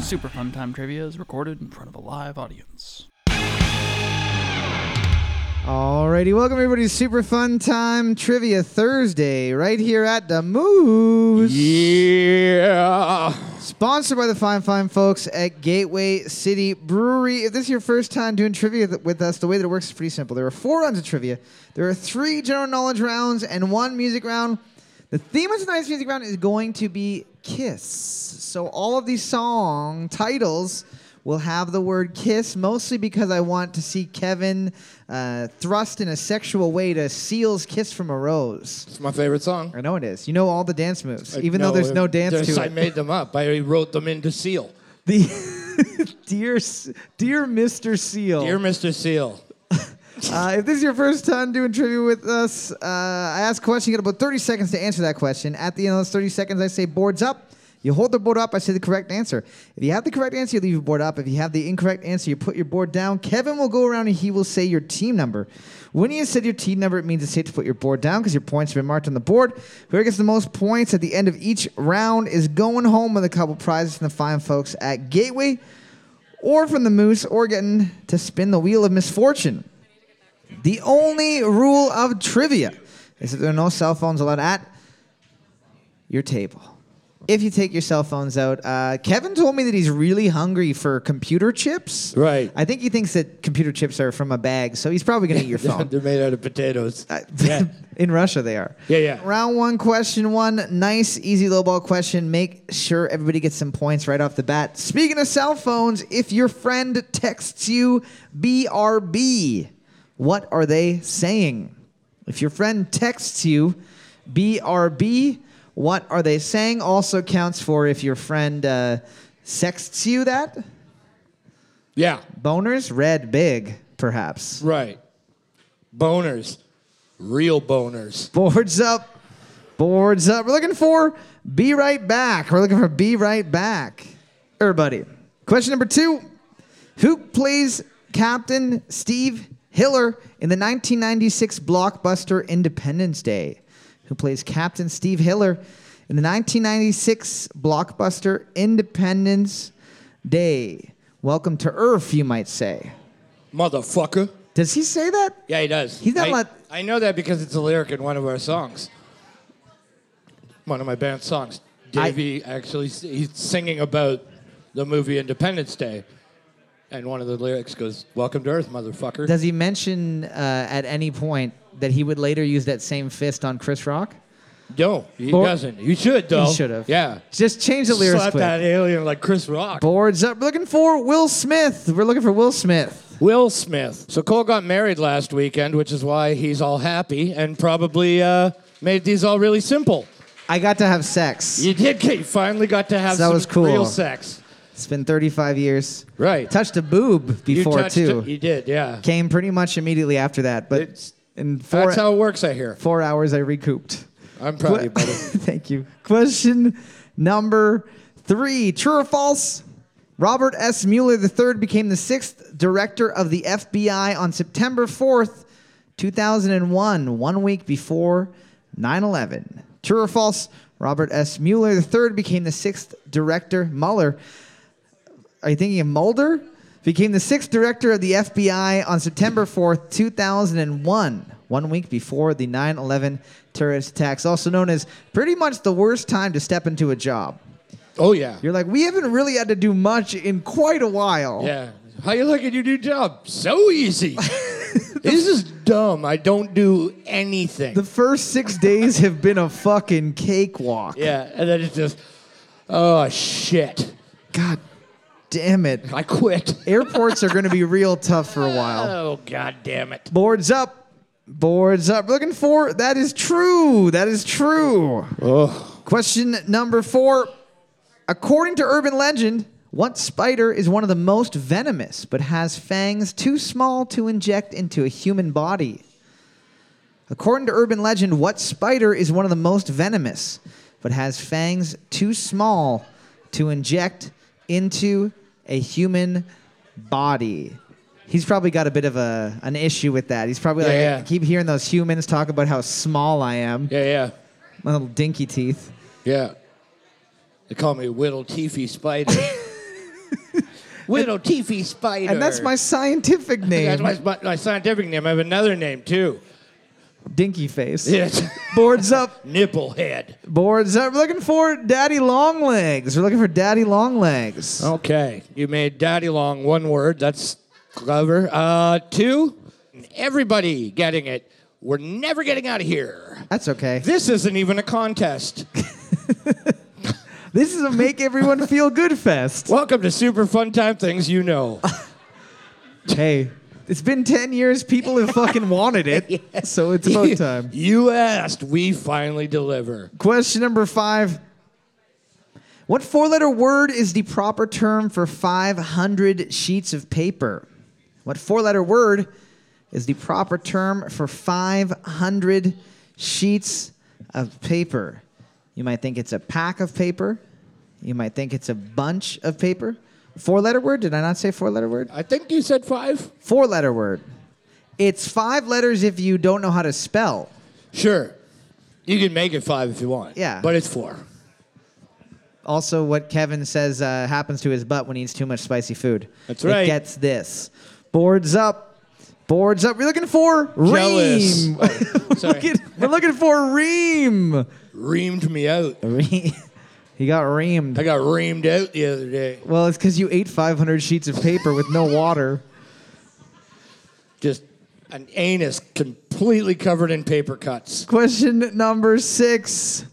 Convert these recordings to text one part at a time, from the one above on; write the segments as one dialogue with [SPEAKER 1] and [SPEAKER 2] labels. [SPEAKER 1] Super Fun Time Trivia is recorded in front of a live audience.
[SPEAKER 2] Alrighty, welcome everybody to Super Fun Time Trivia Thursday, right here at the Moose.
[SPEAKER 3] Yeah.
[SPEAKER 2] Sponsored by the fine, fine folks at Gateway City Brewery. If this is your first time doing trivia th- with us, the way that it works is pretty simple. There are four rounds of trivia, there are three general knowledge rounds, and one music round. The theme of tonight's music round is going to be Kiss. So all of these song titles will have the word kiss, mostly because I want to see Kevin uh, thrust in a sexual way to Seal's Kiss from a Rose.
[SPEAKER 3] It's my favorite song.
[SPEAKER 2] I know it is. You know all the dance moves, even though
[SPEAKER 3] No,
[SPEAKER 2] there's no
[SPEAKER 3] there's-
[SPEAKER 2] dance to
[SPEAKER 3] I
[SPEAKER 2] it.
[SPEAKER 3] made them up. I wrote them into Seal.
[SPEAKER 2] The dear, S- dear Mr. Seal.
[SPEAKER 3] Dear Mr. Seal.
[SPEAKER 2] Uh, if this is your first time doing trivia with us, uh, I ask a question. You get about 30 seconds to answer that question. At the end of those 30 seconds, I say boards up. You hold the board up. I say the correct answer. If you have the correct answer, you leave your board up. If you have the incorrect answer, you put your board down. Kevin will go around and he will say your team number. When he has said your team number, it means it's safe to put your board down because your points have been marked on the board. Whoever gets the most points at the end of each round is going home with a couple prizes from the fine folks at Gateway or from the Moose or getting to spin the wheel of misfortune. The only rule of trivia is that there are no cell phones allowed at your table. If you take your cell phones out, uh, Kevin told me that he's really hungry for computer chips.
[SPEAKER 3] Right.
[SPEAKER 2] I think he thinks that computer chips are from a bag, so he's probably going to eat your phone.
[SPEAKER 3] They're made out of potatoes.
[SPEAKER 2] Uh,
[SPEAKER 3] Yeah.
[SPEAKER 2] In Russia, they are.
[SPEAKER 3] Yeah, yeah.
[SPEAKER 2] Round one, question one. Nice, easy low ball question. Make sure everybody gets some points right off the bat. Speaking of cell phones, if your friend texts you BRB, what are they saying? If your friend texts you BRB, what are they saying? Also counts for if your friend uh, sexts you that.
[SPEAKER 3] yeah.
[SPEAKER 2] Boners, red, big, perhaps.
[SPEAKER 3] Right. Boners. Real boners.
[SPEAKER 2] Boards up. Boards up. We're looking for Be Right Back. We're looking for Be Right Back. Everybody. Question number two Who plays Captain Steve Hiller in the 1996 blockbuster Independence Day? Who plays Captain Steve Hiller in the 1996 blockbuster Independence Day? Welcome to Earth, you might say.
[SPEAKER 3] Motherfucker.
[SPEAKER 2] Does he say that?
[SPEAKER 3] Yeah, he does.
[SPEAKER 2] He's not
[SPEAKER 3] I,
[SPEAKER 2] let-
[SPEAKER 3] I know that because it's a lyric in one of our songs. One of my band's songs.
[SPEAKER 2] I-
[SPEAKER 3] Davey actually s- he's singing about the movie Independence Day. And one of the lyrics goes, Welcome to Earth, motherfucker.
[SPEAKER 2] Does he mention uh, at any point that he would later use that same fist on Chris Rock?
[SPEAKER 3] No, he
[SPEAKER 2] Or-
[SPEAKER 3] doesn't. You should though.
[SPEAKER 2] He should have.
[SPEAKER 3] Yeah.
[SPEAKER 2] Just change the lyrics
[SPEAKER 3] Slap
[SPEAKER 2] quick.
[SPEAKER 3] that alien like Chris Rock.
[SPEAKER 2] Boards up. We're looking for Will Smith. We're looking for Will Smith.
[SPEAKER 3] Will Smith. So Cole got married last weekend, which is why he's all happy and probably uh, made these all really simple.
[SPEAKER 2] I got to have sex.
[SPEAKER 3] You did. You finally got to have
[SPEAKER 2] That
[SPEAKER 3] some
[SPEAKER 2] was cool.
[SPEAKER 3] real sex.
[SPEAKER 2] It's been 35 years.
[SPEAKER 3] Right.
[SPEAKER 2] Touched a boob before
[SPEAKER 3] you touched
[SPEAKER 2] too.
[SPEAKER 3] It. You did. Yeah.
[SPEAKER 2] Came pretty much immediately after that, but
[SPEAKER 3] It's-
[SPEAKER 2] in four
[SPEAKER 3] That's how it works. I hear.
[SPEAKER 2] four hours I recouped.
[SPEAKER 3] I'm proud of you, buddy.
[SPEAKER 2] Thank you. Question number three True or false? Robert S. Mueller III became the sixth director of the FBI on September 4th, 2001, one week before 9 11. True or false? Robert S. Mueller III became the sixth director. Mueller, are you thinking of Mulder? Became the sixth director of the FBI on September 4th, 2001, one week before the 9 11 terrorist attacks, also known as pretty much the worst time to step into a job.
[SPEAKER 3] Oh yeah.
[SPEAKER 2] You're like, we haven't really had to do much in quite a while.
[SPEAKER 3] yeah. How you like at your new job? So easy. this is dumb. I don't do anything.
[SPEAKER 2] The first six days have been a fucking cakewalk.
[SPEAKER 3] yeah. And then it's just, oh shit.
[SPEAKER 2] God damn it.
[SPEAKER 3] I quit.
[SPEAKER 2] Airports are going to be real tough for a while.
[SPEAKER 3] Oh god damn it.
[SPEAKER 2] Boards up. Boards up. Looking for. That is true. That is true.
[SPEAKER 3] Oh.
[SPEAKER 2] Question number four. According to urban legend, what spider is one of the most venomous but has fangs too small to inject into a human body? According to urban legend, what spider is one of the most venomous but has fangs too small to inject into a human body? He's probably got a bit of a an issue with that. He's probably like,
[SPEAKER 3] Yeah,
[SPEAKER 2] I
[SPEAKER 3] yeah.
[SPEAKER 2] keep hearing those humans talk about how small I am.
[SPEAKER 3] Yeah, yeah.
[SPEAKER 2] My little dinky teeth.
[SPEAKER 3] Yeah. They call me Whittle Teefy Spider. Little teefy spider.
[SPEAKER 2] And that's my scientific name,
[SPEAKER 3] That's my, my, my scientific name. I have another name too.
[SPEAKER 2] Dinky Face.
[SPEAKER 3] Yes.
[SPEAKER 2] Boards up,
[SPEAKER 3] Nipple head.
[SPEAKER 2] boards up. We're looking for Daddy Long Legs. We're looking for Daddy Long Legs.
[SPEAKER 3] Oh. Okay. You made daddy long one word. That's clever. Uh, two, everybody getting it. We're never getting out of here.
[SPEAKER 2] That's okay.
[SPEAKER 3] This isn't even a contest.
[SPEAKER 2] This is a make everyone feel good fest.
[SPEAKER 3] Welcome to Super Fun Time Things You Know.
[SPEAKER 2] Hey, it's been 10 years. People have fucking wanted it. So it's about time.
[SPEAKER 3] you asked, we finally deliver.
[SPEAKER 2] Question number five. What four letter word is the proper term for 500 sheets of paper? What four letter word is the proper term for 500 sheets of paper? You might think it's a pack of paper. You might think it's a bunch of paper. Four letter word? Did I not say four letter word?
[SPEAKER 3] I think you said five.
[SPEAKER 2] Four letter word. It's five letters if you don't know how to spell.
[SPEAKER 3] Sure. You can make it five if you want.
[SPEAKER 2] Yeah.
[SPEAKER 3] But it's four.
[SPEAKER 2] Also, what Kevin says uh, happens to his butt when he eats too much spicy food.
[SPEAKER 3] That's right.
[SPEAKER 2] It gets this. Boards up. Boards up. We're looking for
[SPEAKER 3] Jealous.
[SPEAKER 2] Reem.
[SPEAKER 3] Oh, sorry.
[SPEAKER 2] Looking- We're looking for Reem.
[SPEAKER 3] Reamed me out.
[SPEAKER 2] Reem. he got reamed.
[SPEAKER 3] I got reamed out the other day.
[SPEAKER 2] Well, it's because you ate 500 sheets of paper with no water.
[SPEAKER 3] Just an anus completely covered in paper cuts.
[SPEAKER 2] Question number six.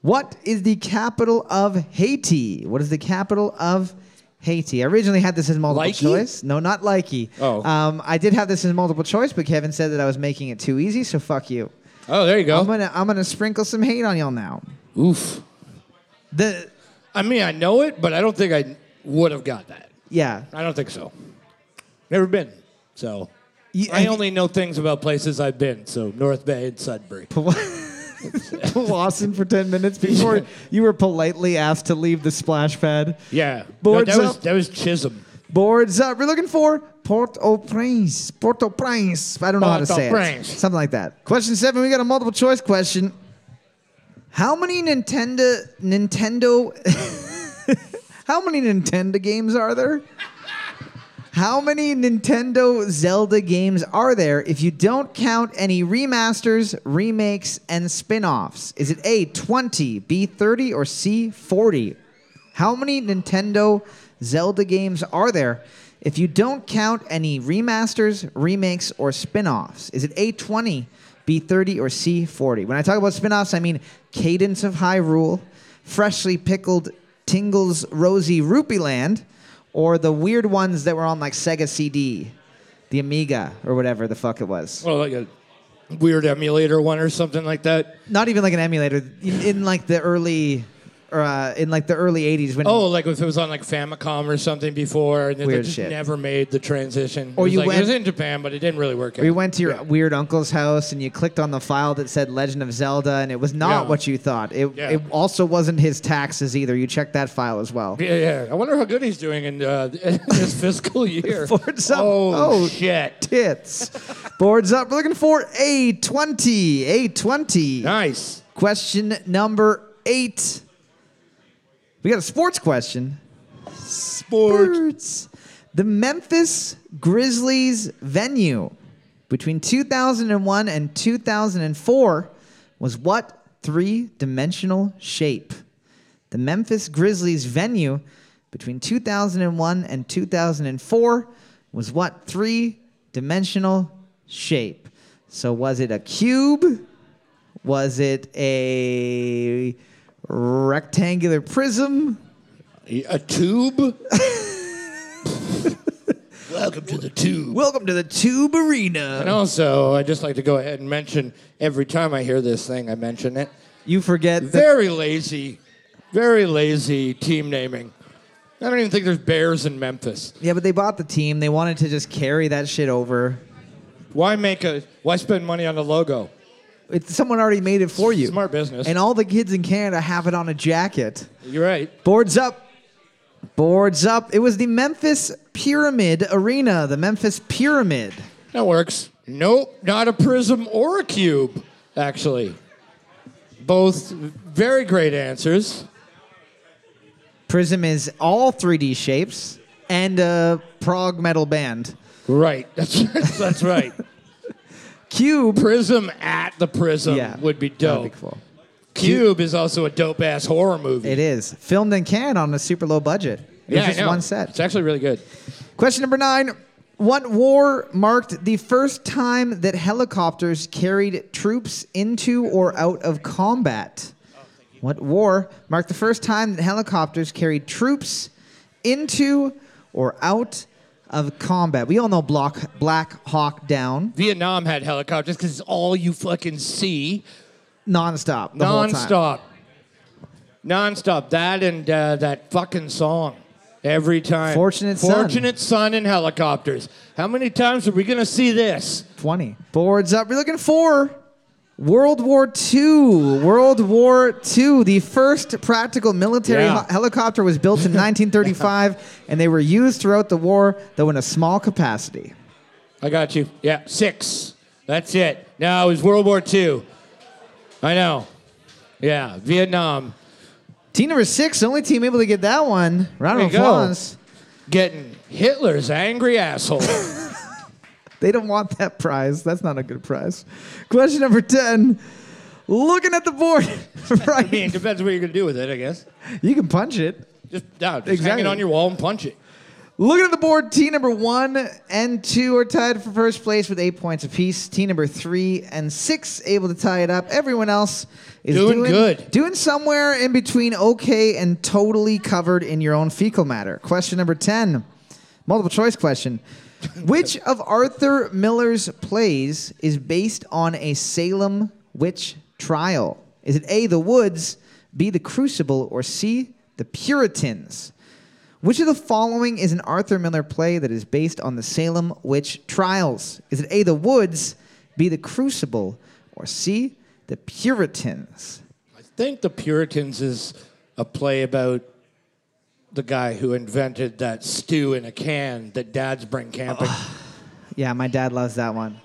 [SPEAKER 2] What is the capital of Haiti? What is the capital of Haiti? I originally had this as multiple
[SPEAKER 3] Likey?
[SPEAKER 2] choice. No, not likey.
[SPEAKER 3] Oh.
[SPEAKER 2] Um, I did have this as multiple choice, but Kevin said that I was making it too easy, so fuck you.
[SPEAKER 3] Oh, there you go.
[SPEAKER 2] I'm gonna I'm gonna sprinkle some hate on y'all now.
[SPEAKER 3] Oof.
[SPEAKER 2] The
[SPEAKER 3] I mean, I know it, but I don't think I would have got that.
[SPEAKER 2] yeah.
[SPEAKER 3] I don't think so. Never been. So
[SPEAKER 2] You-
[SPEAKER 3] I only know things about places I've been. So North Bay and Sudbury.
[SPEAKER 2] Lawson for ten minutes before you were politely asked to leave the splash pad.
[SPEAKER 3] Yeah.
[SPEAKER 2] Boards
[SPEAKER 3] that was
[SPEAKER 2] up.
[SPEAKER 3] that was Chisholm.
[SPEAKER 2] Boards up. We're looking for Port-au-Prince. Port-au-Prince. I don't know how to say it.
[SPEAKER 3] Port-au-Prince.
[SPEAKER 2] Something like that. Question seven. We got a multiple choice question. How many Nintendo Nintendo? how many Nintendo games are there? How many Nintendo Zelda games are there if you don't count any remasters, remakes, and spin offs? Is it A, 20, B, 30, or C, 40? How many Nintendo Zelda games are there if you don't count any remasters, remakes, or spin offs? Is it A, 20, B, 30, or C, 40? When I talk about spin offs, I mean Cadence of Hyrule, Freshly Pickled Tingle's Rosy Rupee Land, or the weird ones that were on like Sega CD, the Amiga or whatever the fuck it was.
[SPEAKER 3] Well, like a weird emulator one or something like that.
[SPEAKER 2] Not even like an emulator in, in like the early, or, uh, in like the early '80s when.
[SPEAKER 3] Oh, like if it was on like Famicom or something before, and then they
[SPEAKER 2] Weird
[SPEAKER 3] just
[SPEAKER 2] shit.
[SPEAKER 3] never made the transition.
[SPEAKER 2] Or
[SPEAKER 3] it was
[SPEAKER 2] you
[SPEAKER 3] like, it
[SPEAKER 2] went-
[SPEAKER 3] was in Japan, but it didn't really work. out.
[SPEAKER 2] We went to your
[SPEAKER 3] Yeah.
[SPEAKER 2] weird uncle's house and you clicked on the file that said Legend of Zelda and it was not
[SPEAKER 3] Yeah.
[SPEAKER 2] what you thought. It,
[SPEAKER 3] Yeah.
[SPEAKER 2] it also wasn't his taxes either. You checked that file as well.
[SPEAKER 3] Yeah, yeah. I wonder how good he's doing in uh, this fiscal year.
[SPEAKER 2] Ford's up.
[SPEAKER 3] Oh,
[SPEAKER 2] Oh.
[SPEAKER 3] shit!
[SPEAKER 2] Tits. Boards up. We're looking for A20. A20.
[SPEAKER 3] Nice.
[SPEAKER 2] Question number eight. We got a sports question. Sports. The Memphis Grizzlies venue between 2001 and 2004 was what three dimensional shape? The Memphis Grizzlies venue between 2001 and 2004 was what three dimensional shape? So was it a cube? Was it a rectangular prism?
[SPEAKER 3] A tube? Welcome to the tube.
[SPEAKER 2] Welcome to the Tube
[SPEAKER 3] and
[SPEAKER 2] Arena.
[SPEAKER 3] also, I'd just like to go ahead and mention every time I hear this thing, I mention it.
[SPEAKER 2] You forget that.
[SPEAKER 3] Very lazy, very lazy team naming. I don't even think there's bears in Memphis.
[SPEAKER 2] Yeah, but they bought the team. They wanted to just carry that shit over.
[SPEAKER 3] Why make a? Why spend money on a logo?
[SPEAKER 2] It's, someone already made it for you.
[SPEAKER 3] Smart business.
[SPEAKER 2] And all the kids in Canada have it on a jacket.
[SPEAKER 3] You're right.
[SPEAKER 2] Boards up. Boards up. It was the Memphis Pyramid Arena, the Memphis Pyramid.
[SPEAKER 3] That works. Nope, not a prism or a cube, actually. Both very great answers.
[SPEAKER 2] Prism is all 3D shapes. and a prog metal band.
[SPEAKER 3] Right. That's that's right.
[SPEAKER 2] Cube.
[SPEAKER 3] Prism at the Prism
[SPEAKER 2] yeah,
[SPEAKER 3] would be
[SPEAKER 2] that
[SPEAKER 3] dope.
[SPEAKER 2] would cool.
[SPEAKER 3] Cube is also a dope ass horror movie.
[SPEAKER 2] It is filmed in Canada on a super low budget. It
[SPEAKER 3] yeah, I
[SPEAKER 2] was just
[SPEAKER 3] know.
[SPEAKER 2] one
[SPEAKER 3] It's
[SPEAKER 2] set.
[SPEAKER 3] actually really good.
[SPEAKER 2] Question number nine. What war marked the first time that helicopters carried troops into or out of combat? What war marked the first time that helicopters carried troops into or out of combat? We all know Block, Black Hawk Down
[SPEAKER 3] Vietnam had helicopters because it's all you fucking see
[SPEAKER 2] nonstop. The whole time.
[SPEAKER 3] nonstop. Nonstop. That and uh, that fucking song. Every time.
[SPEAKER 2] Fortunate Son.
[SPEAKER 3] Fortunate Son and helicopters. How many times are we going to see this?
[SPEAKER 2] 20. Boards up. We're looking for World War II. World War II. The first practical military
[SPEAKER 3] Yeah.
[SPEAKER 2] hel- helicopter was built in 1935, and they were used throughout the war, though in a small capacity.
[SPEAKER 3] I got you. Yeah, six. That's it. No, it was World War II. I know. Yeah, Vietnam.
[SPEAKER 2] Team number six, the only team able to get that one. Round
[SPEAKER 3] There
[SPEAKER 2] of
[SPEAKER 3] you go.
[SPEAKER 2] applause.
[SPEAKER 3] Getting Hitler's angry asshole.
[SPEAKER 2] They don't want that prize. That's not a good prize. Question number 10. Looking at the board,
[SPEAKER 3] I mean,
[SPEAKER 2] right?
[SPEAKER 3] depends what you're going to do with it, I guess.
[SPEAKER 2] You can punch it.
[SPEAKER 3] Just, no, just hang
[SPEAKER 2] Exactly.
[SPEAKER 3] it on your wall and punch it.
[SPEAKER 2] Looking at the board, team number one and two are tied for first place with eight points apiece. Team number three and six able to tie it up. Everyone else is
[SPEAKER 3] Doing good.
[SPEAKER 2] Doing somewhere in between okay and totally covered in your own fecal matter. Question number 10, multiple choice question. Which of Arthur Miller's plays is based on a Salem witch trial? Is it A, The Woods, B, The Crucible, or C, The Puritans? Which of the following is an Arthur Miller play that is based on the Salem witch trials? Is it A, The Woods, B, The Crucible, or C, The Puritans?
[SPEAKER 3] I think The Puritans is a play about the guy who invented that stew in a can that dads bring camping.
[SPEAKER 2] Yeah, my dad loves that one.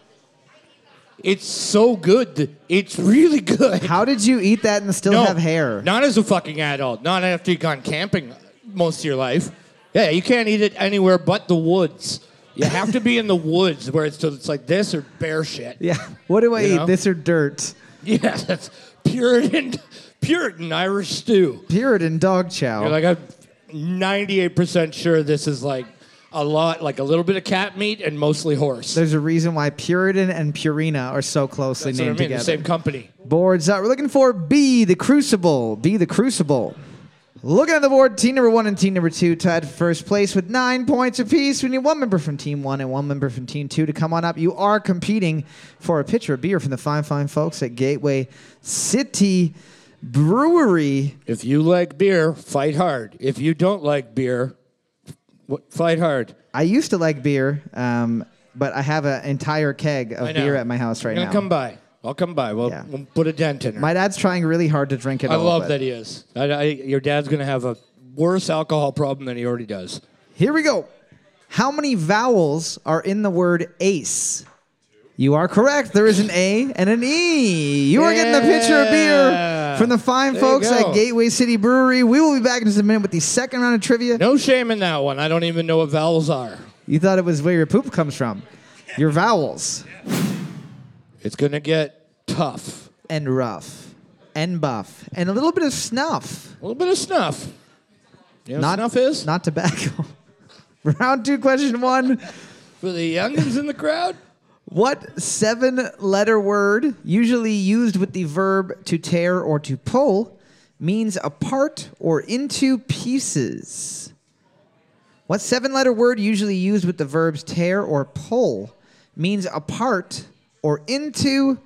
[SPEAKER 3] it's so good. It's really good.
[SPEAKER 2] How did you eat that and still have hair?
[SPEAKER 3] Not as a fucking adult. Not after you've gone camping most of your life. Yeah, you can't eat it anywhere but the woods. You have to be in the woods where it's, so it's like this or bear shit.
[SPEAKER 2] Yeah. What do I
[SPEAKER 3] You
[SPEAKER 2] eat?
[SPEAKER 3] know?
[SPEAKER 2] This or dirt?
[SPEAKER 3] Yeah, that's Puritan, Puritan Irish stew.
[SPEAKER 2] Puritan dog chow.
[SPEAKER 3] You're like, I'm 98% sure this is like a lot, like a little bit of cat meat and mostly horse.
[SPEAKER 2] There's a reason why Puritan and Purina are so closely
[SPEAKER 3] That's what I
[SPEAKER 2] named
[SPEAKER 3] mean, the
[SPEAKER 2] together.
[SPEAKER 3] same company.
[SPEAKER 2] Boards up. We're looking for B, the Crucible. B, the Crucible. Looking at the board, team number one and team number two tied for first place with nine points apiece. We need one member from team one and one member from team two to come on up. You are competing for a pitcher of beer from the fine, fine folks at Gateway City Brewery.
[SPEAKER 3] If you like beer, fight hard. If you don't like beer, w- fight hard.
[SPEAKER 2] I used to like beer, um, but I have an entire keg of
[SPEAKER 3] I know.
[SPEAKER 2] beer at my house right
[SPEAKER 3] You're
[SPEAKER 2] now.
[SPEAKER 3] gonna come by. I'll come by. We'll,
[SPEAKER 2] Yeah.
[SPEAKER 3] we'll put a dent in it.
[SPEAKER 2] my dad's trying really hard to drink it.
[SPEAKER 3] I
[SPEAKER 2] all,
[SPEAKER 3] love
[SPEAKER 2] but-
[SPEAKER 3] that he is. I, I, your dad's gonna have a worse alcohol problem than he already does.
[SPEAKER 2] Here we go. How many vowels are in the word ace? You are correct. There is an A and an E. You are getting a pitcher of beer
[SPEAKER 3] Yeah.
[SPEAKER 2] from the fine
[SPEAKER 3] There you
[SPEAKER 2] folks at
[SPEAKER 3] go.
[SPEAKER 2] Gateway City Brewery. We will be back in just a minute with the second round of trivia.
[SPEAKER 3] No shame in that one. I don't even know what vowels are.
[SPEAKER 2] You thought it was where your poop comes from. Your vowels.
[SPEAKER 3] It's gonna get tough.
[SPEAKER 2] And rough. And buff. And a little bit of snuff.
[SPEAKER 3] A little bit of snuff. You know what snuff is
[SPEAKER 2] Not tobacco. round two, question one.
[SPEAKER 3] for the youngins in the crowd.
[SPEAKER 2] What seven letter word, usually used with the verb to tear or to pull, means apart or into pieces? What seven letter word, usually used with the verbs tear or pull, means apart or into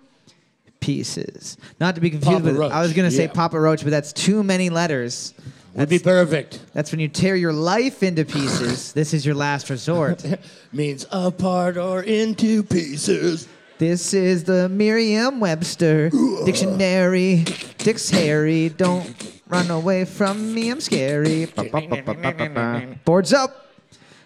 [SPEAKER 2] pieces? Not to be confused
[SPEAKER 3] Papa
[SPEAKER 2] with, I was
[SPEAKER 3] Roach,
[SPEAKER 2] going to say
[SPEAKER 3] yeah.
[SPEAKER 2] Papa Roach, but that's too many letters.
[SPEAKER 3] Would be perfect.
[SPEAKER 2] That's when you tear your life into pieces. this is your last resort.
[SPEAKER 3] Means apart or into pieces.
[SPEAKER 2] This is the Merriam Webster Dictionary. Dick's hairy. Don't run away from me. I'm scary. Boards up.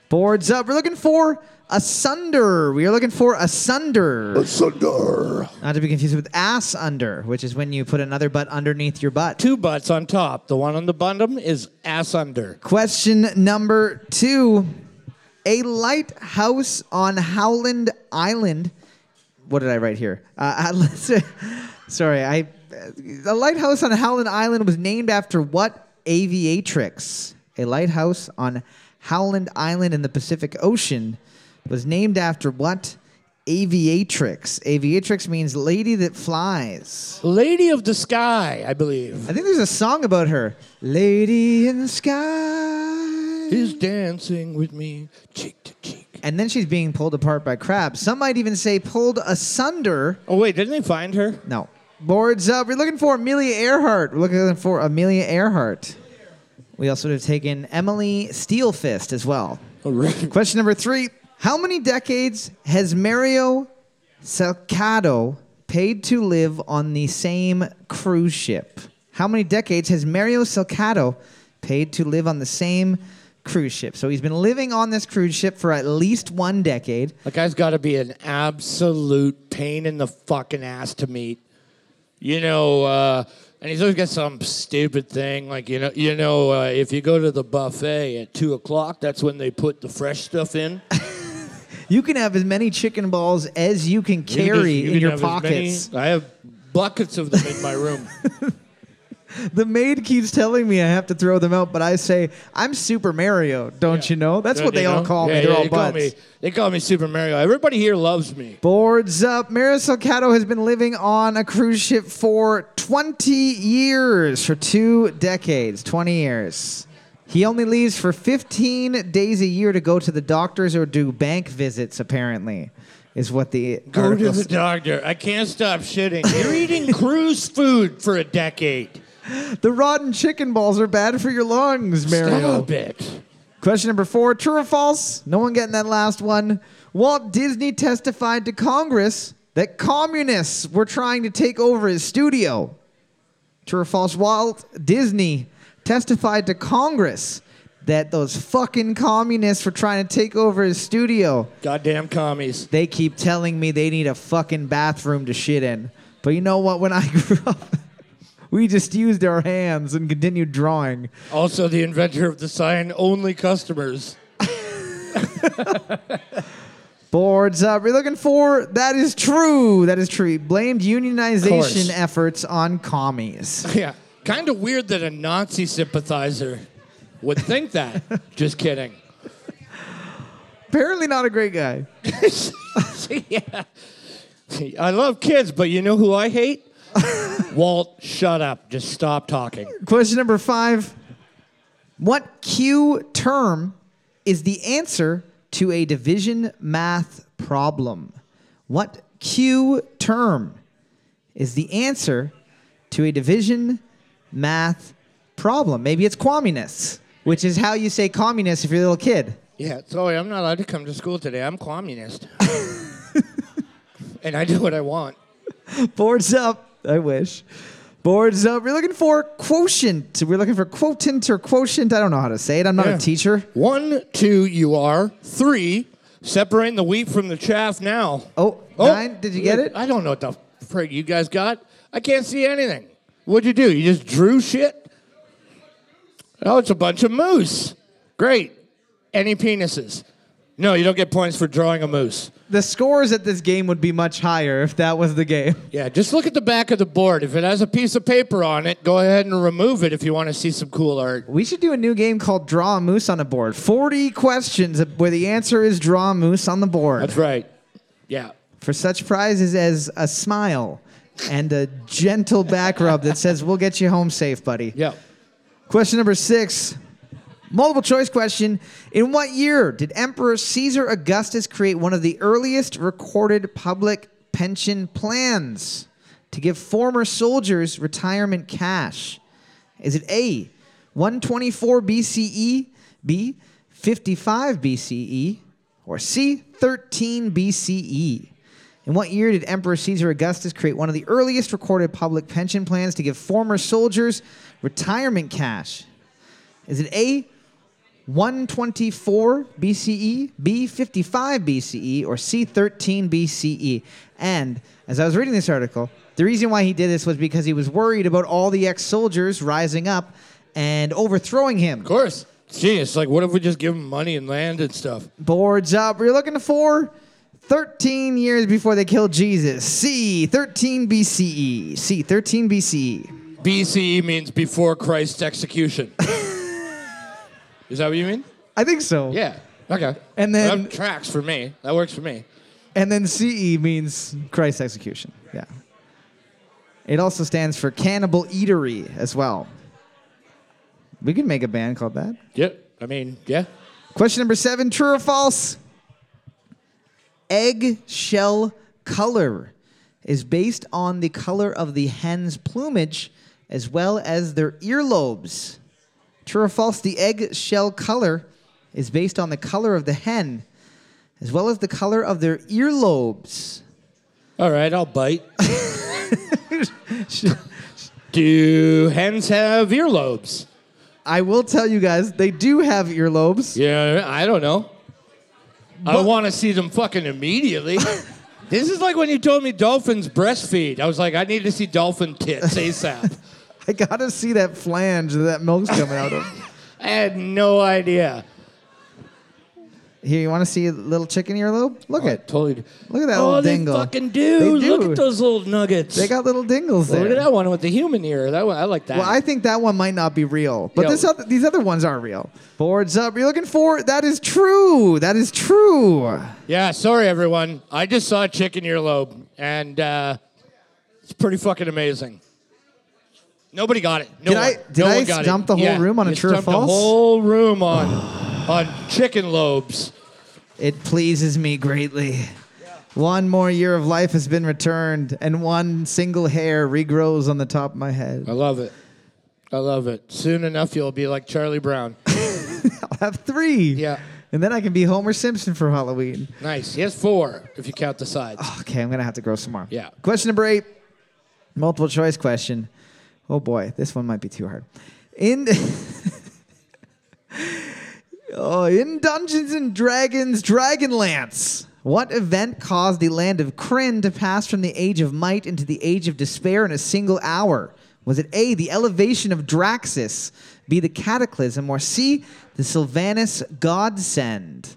[SPEAKER 2] Boards up. We're looking for asunder. We are looking for asunder.
[SPEAKER 3] Asunder.
[SPEAKER 2] Not to be confused with ass under, which is when you put another butt underneath your butt.
[SPEAKER 3] Two butts on top. The one on the bottom is ass under.
[SPEAKER 2] Question number two. A lighthouse on Howland Island. What did I write here? Uh, Atlas. Sorry, I. uh, A lighthouse on Howland Island was named after what aviatrix? A lighthouse on Howland Island in the Pacific Ocean was named after what aviatrix? Aviatrix means lady that flies.
[SPEAKER 3] Lady of the Sky, I believe.
[SPEAKER 2] I think there's a song about her. Lady in the sky.
[SPEAKER 3] Is dancing with me cheek to cheek.
[SPEAKER 2] And then she's being pulled apart by crabs. Some might even say pulled asunder.
[SPEAKER 3] Oh wait, didn't they find her?
[SPEAKER 2] No. Boards up. We're looking for Amelia Earhart. We're looking for Amelia Earhart. We also have taken Emily Steelfist as well.
[SPEAKER 3] All right.
[SPEAKER 2] Question number three How many decades has Mario Salgado paid to live on the same cruise ship? How many decades has Mario Salgado paid to live on the same cruise ship? So he's been living on this cruise ship for at least one decade.
[SPEAKER 3] That guy's got to be an absolute pain in the fucking ass to meet. You know, uh, and he's always got some stupid thing like you know, you know, uh, if you go to the buffet at two o'clock, that's when they put the fresh stuff in.
[SPEAKER 2] You can have as many chicken balls as you can
[SPEAKER 3] You can just-
[SPEAKER 2] carry
[SPEAKER 3] you
[SPEAKER 2] in
[SPEAKER 3] can
[SPEAKER 2] your
[SPEAKER 3] have as many-
[SPEAKER 2] pockets.
[SPEAKER 3] I have buckets of them in my room.
[SPEAKER 2] The maid keeps telling me I have to throw them out, but I say, I'm Super Mario, don't you know? That's
[SPEAKER 3] Uh,
[SPEAKER 2] what
[SPEAKER 3] you
[SPEAKER 2] they all
[SPEAKER 3] know?
[SPEAKER 2] call me.
[SPEAKER 3] Yeah,
[SPEAKER 2] They're
[SPEAKER 3] yeah,
[SPEAKER 2] all
[SPEAKER 3] they call
[SPEAKER 2] butts.
[SPEAKER 3] me. They call me Super Mario. Everybody here loves me.
[SPEAKER 2] Boards up. Mara Salcato has been living on a cruise ship for 20 years, for two decades, 20 years. He only leaves for 15 days a year to go to the doctors or do bank visits, apparently, is what the
[SPEAKER 3] Go
[SPEAKER 2] article
[SPEAKER 3] to the
[SPEAKER 2] said.
[SPEAKER 3] doctor. I can't stop shitting. You're eating cruise food for a decade.
[SPEAKER 2] The rotten chicken balls are bad for your lungs, Mario.
[SPEAKER 3] Stop it.
[SPEAKER 2] Question number four true or false? No one getting that last one. Walt Disney testified to Congress that communists were trying to take over his studio. True or false? Walt Disney testified to Congress that those fucking communists were trying to take over his studio.
[SPEAKER 3] Goddamn commies.
[SPEAKER 2] They keep telling me they need a fucking bathroom to shit in. But you know what? When I grew up, we just used our hands and continued drawing.
[SPEAKER 3] Also, the inventor of the sign, only customers.
[SPEAKER 2] Boards up. We're looking for that is true. That is true. He blamed unionization
[SPEAKER 3] Course.
[SPEAKER 2] efforts on commies.
[SPEAKER 3] Yeah. Kind of weird that a Nazi sympathizer would think that. Just kidding.
[SPEAKER 2] Apparently not a great guy.
[SPEAKER 3] yeah. I love kids, but you know who I hate? Walt, shut up. Just stop talking.
[SPEAKER 2] Question number five. What Q term is the answer to a division math problem? What Q term is the answer to a division math problem? Maybe it's communists, which is how you say communists if you're a little kid.
[SPEAKER 3] Yeah, sorry, I'm not allowed to come to school today. I'm communist. and I do what I want.
[SPEAKER 2] Boards up. I wish. Boards up. We're looking for quotient. We're looking for quotient or quotient. I don't know how to say it. I'm not
[SPEAKER 3] Yeah.
[SPEAKER 2] a teacher.
[SPEAKER 3] One, two, you are. Three, separating the wheat from the chaff now.
[SPEAKER 2] Oh, nine. Did you get it?
[SPEAKER 3] I don't know what the frig you guys got. I can't see anything. What'd you do? You just drew shit? Oh, it's a bunch of moose. Great. Any penises? No, you don't get points for drawing a moose.
[SPEAKER 2] The scores at this game would be much higher if that was the game.
[SPEAKER 3] Yeah, just look at the back of the board. If it has a piece of paper on it, go ahead and remove it if you want to see some cool art.
[SPEAKER 2] We should do a new game called Draw a Moose on a Board. 40 questions where the answer is Draw a Moose on the Board
[SPEAKER 3] That's right. Yeah.
[SPEAKER 2] for such prizes as a smile and a gentle back rub that says, We'll get you home safe, buddy.
[SPEAKER 3] Yeah.
[SPEAKER 2] Question number six. Multiple choice question. In what year did Emperor Caesar Augustus create one of the earliest recorded public pension plans to give former soldiers retirement cash? Is it A, 124 BCE, E, B, 55 BCE, E, or C, 13 BCE? In what year did Emperor Caesar Augustus create one of the earliest recorded public pension plans to give former soldiers retirement cash? Is it A, 124 BCE, B, 55 BCE, or C, 13 BCE? E? And as I was reading this article, the reason why he did this was because he was worried about all the ex soldiers rising up and overthrowing him.
[SPEAKER 3] Of course. Genius. Like, what if we just give them money and land and stuff?
[SPEAKER 2] Boards up. We're looking for 13 years before they killed Jesus. C. 13 BCE. C. E. 13 BCE.
[SPEAKER 3] BCE E means before Christ's execution. Is that what you mean?
[SPEAKER 2] I think so.
[SPEAKER 3] Yeah. Okay.
[SPEAKER 2] And then-
[SPEAKER 3] that tracks for me. That works for me.
[SPEAKER 2] And then CE means Christ's execution. Yeah. It also stands for cannibal eatery as well. We can make a band called that.
[SPEAKER 3] Yep. I mean, yeah.
[SPEAKER 2] Question number seven true or false? Eggshell color is based on the color of the hen's plumage as well as their earlobes. True or false? The eggshell color is based on the color of the hen as well as the color of their earlobes.
[SPEAKER 3] All right, I'll bite. Do hens have earlobes?
[SPEAKER 2] I will tell you guys, they do have earlobes.
[SPEAKER 3] Yeah, I don't know. I want to see them fucking immediately. this is like when you told me dolphins breastfeed. I was like, I need to see dolphin tits ASAP.
[SPEAKER 2] I gotta see that flange that that milk's coming out of.
[SPEAKER 3] I had no idea.
[SPEAKER 2] Here, you want to see a little chicken earlobe? Look
[SPEAKER 3] I
[SPEAKER 2] at
[SPEAKER 3] totally. do.
[SPEAKER 2] Look at that
[SPEAKER 3] oh,
[SPEAKER 2] little
[SPEAKER 3] they
[SPEAKER 2] dingle.
[SPEAKER 3] fucking do.
[SPEAKER 2] They
[SPEAKER 3] Look
[SPEAKER 2] do.
[SPEAKER 3] at those little nuggets.
[SPEAKER 2] They got little dingles there.
[SPEAKER 3] Look at that one with the human ear. That one, I like that.
[SPEAKER 2] Well, I think that one might not be real, but
[SPEAKER 3] Yo.
[SPEAKER 2] this other, these other ones are real. Boards up. You're looking for that is true. That is true.
[SPEAKER 3] yeah, sorry everyone. I just saw a chicken earlobe, and uh, it's pretty fucking amazing. Nobody got it. No
[SPEAKER 2] Did
[SPEAKER 3] one.
[SPEAKER 2] I-
[SPEAKER 3] No
[SPEAKER 2] did I
[SPEAKER 3] one got
[SPEAKER 2] stump
[SPEAKER 3] it.
[SPEAKER 2] the whole
[SPEAKER 3] Yeah,
[SPEAKER 2] room on a
[SPEAKER 3] you
[SPEAKER 2] true or
[SPEAKER 3] stumped
[SPEAKER 2] false?
[SPEAKER 3] The whole room on on chicken lobes.
[SPEAKER 2] It pleases me greatly. One more year of life has been returned, and one single hair regrows on the top of my head.
[SPEAKER 3] I love it. I love it. Soon enough, you'll be like Charlie Brown.
[SPEAKER 2] I'll have three.
[SPEAKER 3] Yeah.
[SPEAKER 2] And then I can be Homer Simpson for Halloween.
[SPEAKER 3] Nice. He has four if you count the sides.
[SPEAKER 2] Okay, I'm gonna have to grow some more.
[SPEAKER 3] Yeah.
[SPEAKER 2] Question number eight, multiple choice question. Oh boy, this one might be too hard. In oh, in Dungeons and Dragons, Dragonlance. What event caused the land of Kryn to pass from the age of might into the age of despair in a single hour? Was it A, the elevation of Draxus, B, the cataclysm, or C, the Sylvanus godsend?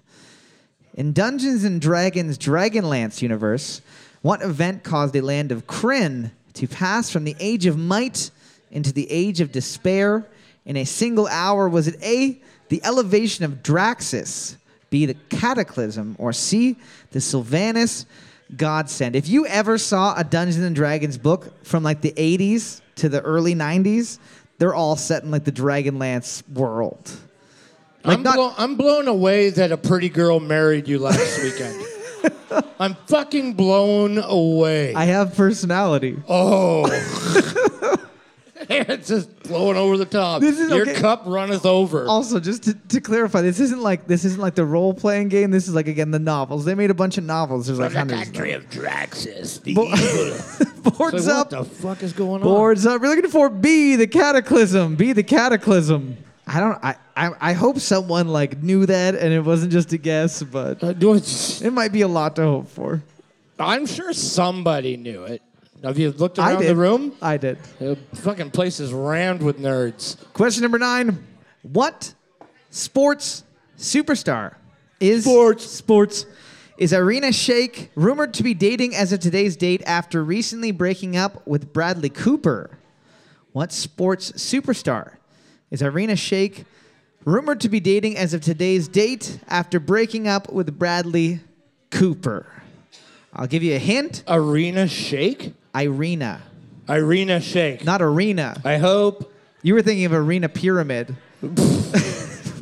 [SPEAKER 2] In Dungeons and Dragons Dragonlance universe, what event caused the land of Kryn to pass from the age of might into the age of despair in a single hour? Was it A, the elevation of Draxus, B, the cataclysm, or C, the Sylvanus godsend? If you ever saw a Dungeons and Dragons book from like the 80s to the early 90s, they're all set in like the Dragonlance world. Like
[SPEAKER 3] I'm,
[SPEAKER 2] not-
[SPEAKER 3] blown, I'm blown away that a pretty girl married you last weekend. I'm fucking blown away.
[SPEAKER 2] I have personality.
[SPEAKER 3] oh. it's just blowing over the top.
[SPEAKER 2] This is
[SPEAKER 3] Your
[SPEAKER 2] okay.
[SPEAKER 3] cup runneth over.
[SPEAKER 2] also just to, to clarify this isn't like this isn't like the role-playing game this is like again the novels they made a bunch of novels there's like
[SPEAKER 3] From the
[SPEAKER 2] hundreds
[SPEAKER 3] country of Draxus, the
[SPEAKER 2] Bo-
[SPEAKER 3] evil.
[SPEAKER 2] boards
[SPEAKER 3] It's like,
[SPEAKER 2] up
[SPEAKER 3] what the fuck is going
[SPEAKER 2] boards up we're looking for b the cataclysm b the cataclysm i don't I, I i hope someone like knew that and it wasn't just a guess but
[SPEAKER 3] on? Uh, do it-
[SPEAKER 2] it might be a lot to hope for
[SPEAKER 3] I'm sure somebody knew it. Have you looked
[SPEAKER 2] i
[SPEAKER 3] around
[SPEAKER 2] did
[SPEAKER 3] the room?
[SPEAKER 2] i did
[SPEAKER 3] The fucking place is rammed with nerds.
[SPEAKER 2] question number nine what sports superstar is
[SPEAKER 3] Sports.
[SPEAKER 2] sports is Irina Shayk rumored to be dating as of today's date after recently breaking up with Bradley Cooper? What sports superstar is Irina Shayk rumored to be dating as of today's date after breaking up with Bradley Cooper? I'll give you a hint.
[SPEAKER 3] Arena Shake?
[SPEAKER 2] Irina,
[SPEAKER 3] Irina Shake.
[SPEAKER 2] not arena.
[SPEAKER 3] I hope
[SPEAKER 2] You were thinking of Arena Pyramid,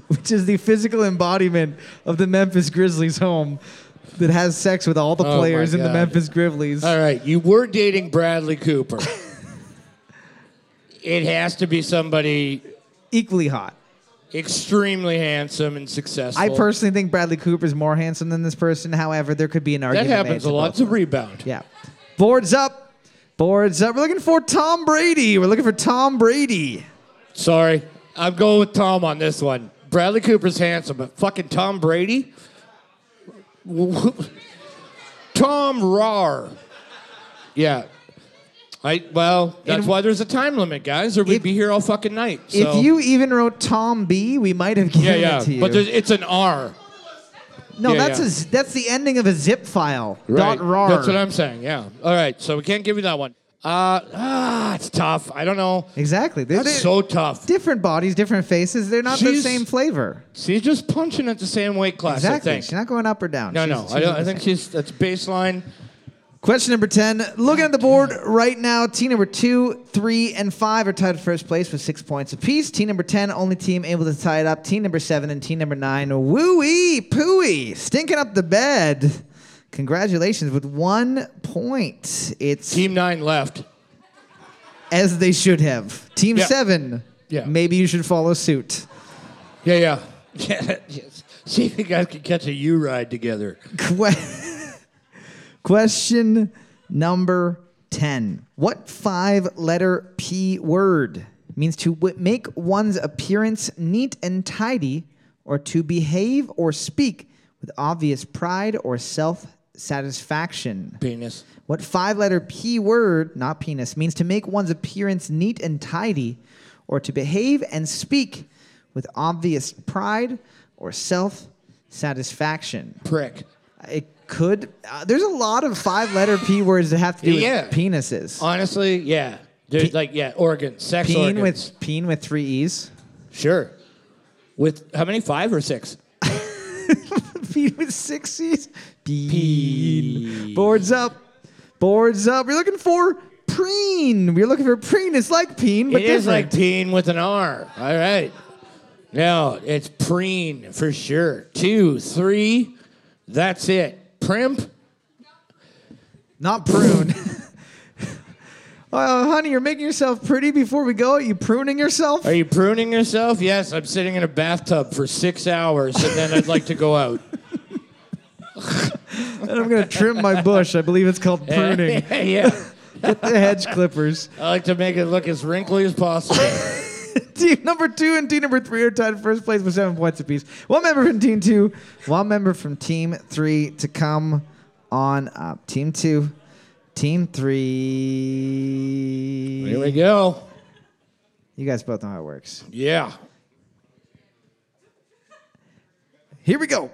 [SPEAKER 2] which is the physical embodiment of the Memphis Grizzlies home that has sex with all the
[SPEAKER 3] Oh my
[SPEAKER 2] players in the
[SPEAKER 3] God.
[SPEAKER 2] Memphis Grizzlies.
[SPEAKER 3] All right, you were dating Bradley Cooper. it has to be somebody
[SPEAKER 2] Equally hot.
[SPEAKER 3] extremely handsome and successful.
[SPEAKER 2] I personally think Bradley Cooper's more handsome than this person. However, there could be an
[SPEAKER 3] that
[SPEAKER 2] argument. made
[SPEAKER 3] happens
[SPEAKER 2] to
[SPEAKER 3] a lot.
[SPEAKER 2] both.
[SPEAKER 3] It's a rebound.
[SPEAKER 2] Yeah. Boards up. Boards up. We're looking for Tom Brady. We're looking for Tom Brady.
[SPEAKER 3] Sorry, I'm going with Tom on this one. Bradley Cooper's handsome, but fucking Tom Brady. Tom Rar. Yeah. I well, that's
[SPEAKER 2] And-
[SPEAKER 3] why there's a time limit, guys, or we'd
[SPEAKER 2] If-
[SPEAKER 3] be here all fucking night. so-
[SPEAKER 2] If you even wrote Tom B, we might have given
[SPEAKER 3] yeah, yeah,
[SPEAKER 2] it to you.
[SPEAKER 3] but there's, it's an R.
[SPEAKER 2] no,
[SPEAKER 3] yeah,
[SPEAKER 2] that's
[SPEAKER 3] yeah.
[SPEAKER 2] a z that's the ending of a zip file. Dot rar.
[SPEAKER 3] That's what I'm saying. Yeah. All right. So we can't give you that one. Uh, ah, it's tough. I don't know.
[SPEAKER 2] exactly. They're,
[SPEAKER 3] That's
[SPEAKER 2] they're
[SPEAKER 3] so tough.
[SPEAKER 2] different bodies, different faces. They're not the
[SPEAKER 3] She's-
[SPEAKER 2] same flavor.
[SPEAKER 3] She's just punching at the same weight class. I
[SPEAKER 2] Exactly.
[SPEAKER 3] think.
[SPEAKER 2] She's not going up or down.
[SPEAKER 3] no,
[SPEAKER 2] She's-
[SPEAKER 3] no.
[SPEAKER 2] she's
[SPEAKER 3] I, don't,
[SPEAKER 2] the
[SPEAKER 3] I think
[SPEAKER 2] same.
[SPEAKER 3] she's that's baseline.
[SPEAKER 2] Question number 10. Looking at the board right now, team number 2, 3, and 5 are tied for first place with six points apiece. Team number 10, only team able to tie it up. Team number 7 and team number 9, wooey, pooey, stinking up the bed. Congratulations with one point. It's
[SPEAKER 3] Team nine left.
[SPEAKER 2] as they should have. Team
[SPEAKER 3] Yeah.
[SPEAKER 2] 7,
[SPEAKER 3] Yeah.
[SPEAKER 2] maybe you should follow suit.
[SPEAKER 3] Yeah, yeah. Yeah. yes. See if you guys can catch a U ride together.
[SPEAKER 2] Que- Question number 10. What five letter P word means to w- make one's appearance neat and tidy or to behave or speak with obvious pride or self satisfaction?
[SPEAKER 3] Penis.
[SPEAKER 2] What five letter P word, not penis, means to make one's appearance neat and tidy or to behave and speak with obvious pride or self satisfaction?
[SPEAKER 3] Prick.
[SPEAKER 2] It could. Uh, there's a lot of five letter P words that have to do
[SPEAKER 3] Yeah. Oh,
[SPEAKER 2] with penises.
[SPEAKER 3] Honestly, yeah. Dude, like yeah, organs, sex
[SPEAKER 2] Peen
[SPEAKER 3] organs.
[SPEAKER 2] with peen with three E's.
[SPEAKER 3] sure. With how many? Five or six?
[SPEAKER 2] Peen with six E's. Peen. Boards up. Boards up. We're looking for preen. We're looking for preen. It's like peen, but
[SPEAKER 3] It is
[SPEAKER 2] different.
[SPEAKER 3] like teen with an R. All right. No, it's preen for sure. Two, three. That's it. Primp.
[SPEAKER 2] Not prune. Oh, honey, you're making yourself pretty before we go. Are you pruning yourself?
[SPEAKER 3] Are you pruning yourself? Yes, I'm sitting in a bathtub for six hours and then I'd like to go out.
[SPEAKER 2] and I'm going to trim my bush. I believe it's called pruning.
[SPEAKER 3] yeah.
[SPEAKER 2] Get the hedge clippers.
[SPEAKER 3] I like to make it look as wrinkly as possible.
[SPEAKER 2] Team number two and team number three are tied first place with seven points apiece. One member from team two, one member from team three to come on up. Team two, team three.
[SPEAKER 3] Here we go.
[SPEAKER 2] You guys both know how it works.
[SPEAKER 3] Yeah.
[SPEAKER 2] Here we go.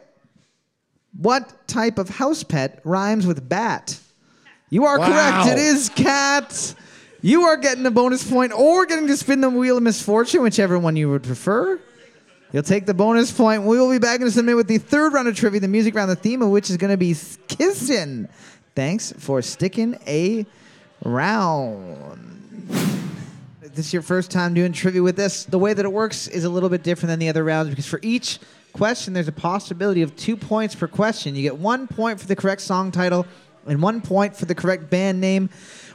[SPEAKER 2] What type of house pet rhymes with bat? You are
[SPEAKER 3] Wow.
[SPEAKER 2] correct. It is cat. You are getting a bonus point or getting to spin the wheel of misfortune, whichever one you would prefer. You'll take the bonus point. We will be back in just a minute with the third round of trivia, the music round, the theme of which is going to be s- kissing. Thanks for sticking a round. If this is your first time doing trivia with this, the way that it works is a little bit different than the other rounds because for each question, there's a possibility of two points per question. You get one point for the correct song title and one point for the correct band name.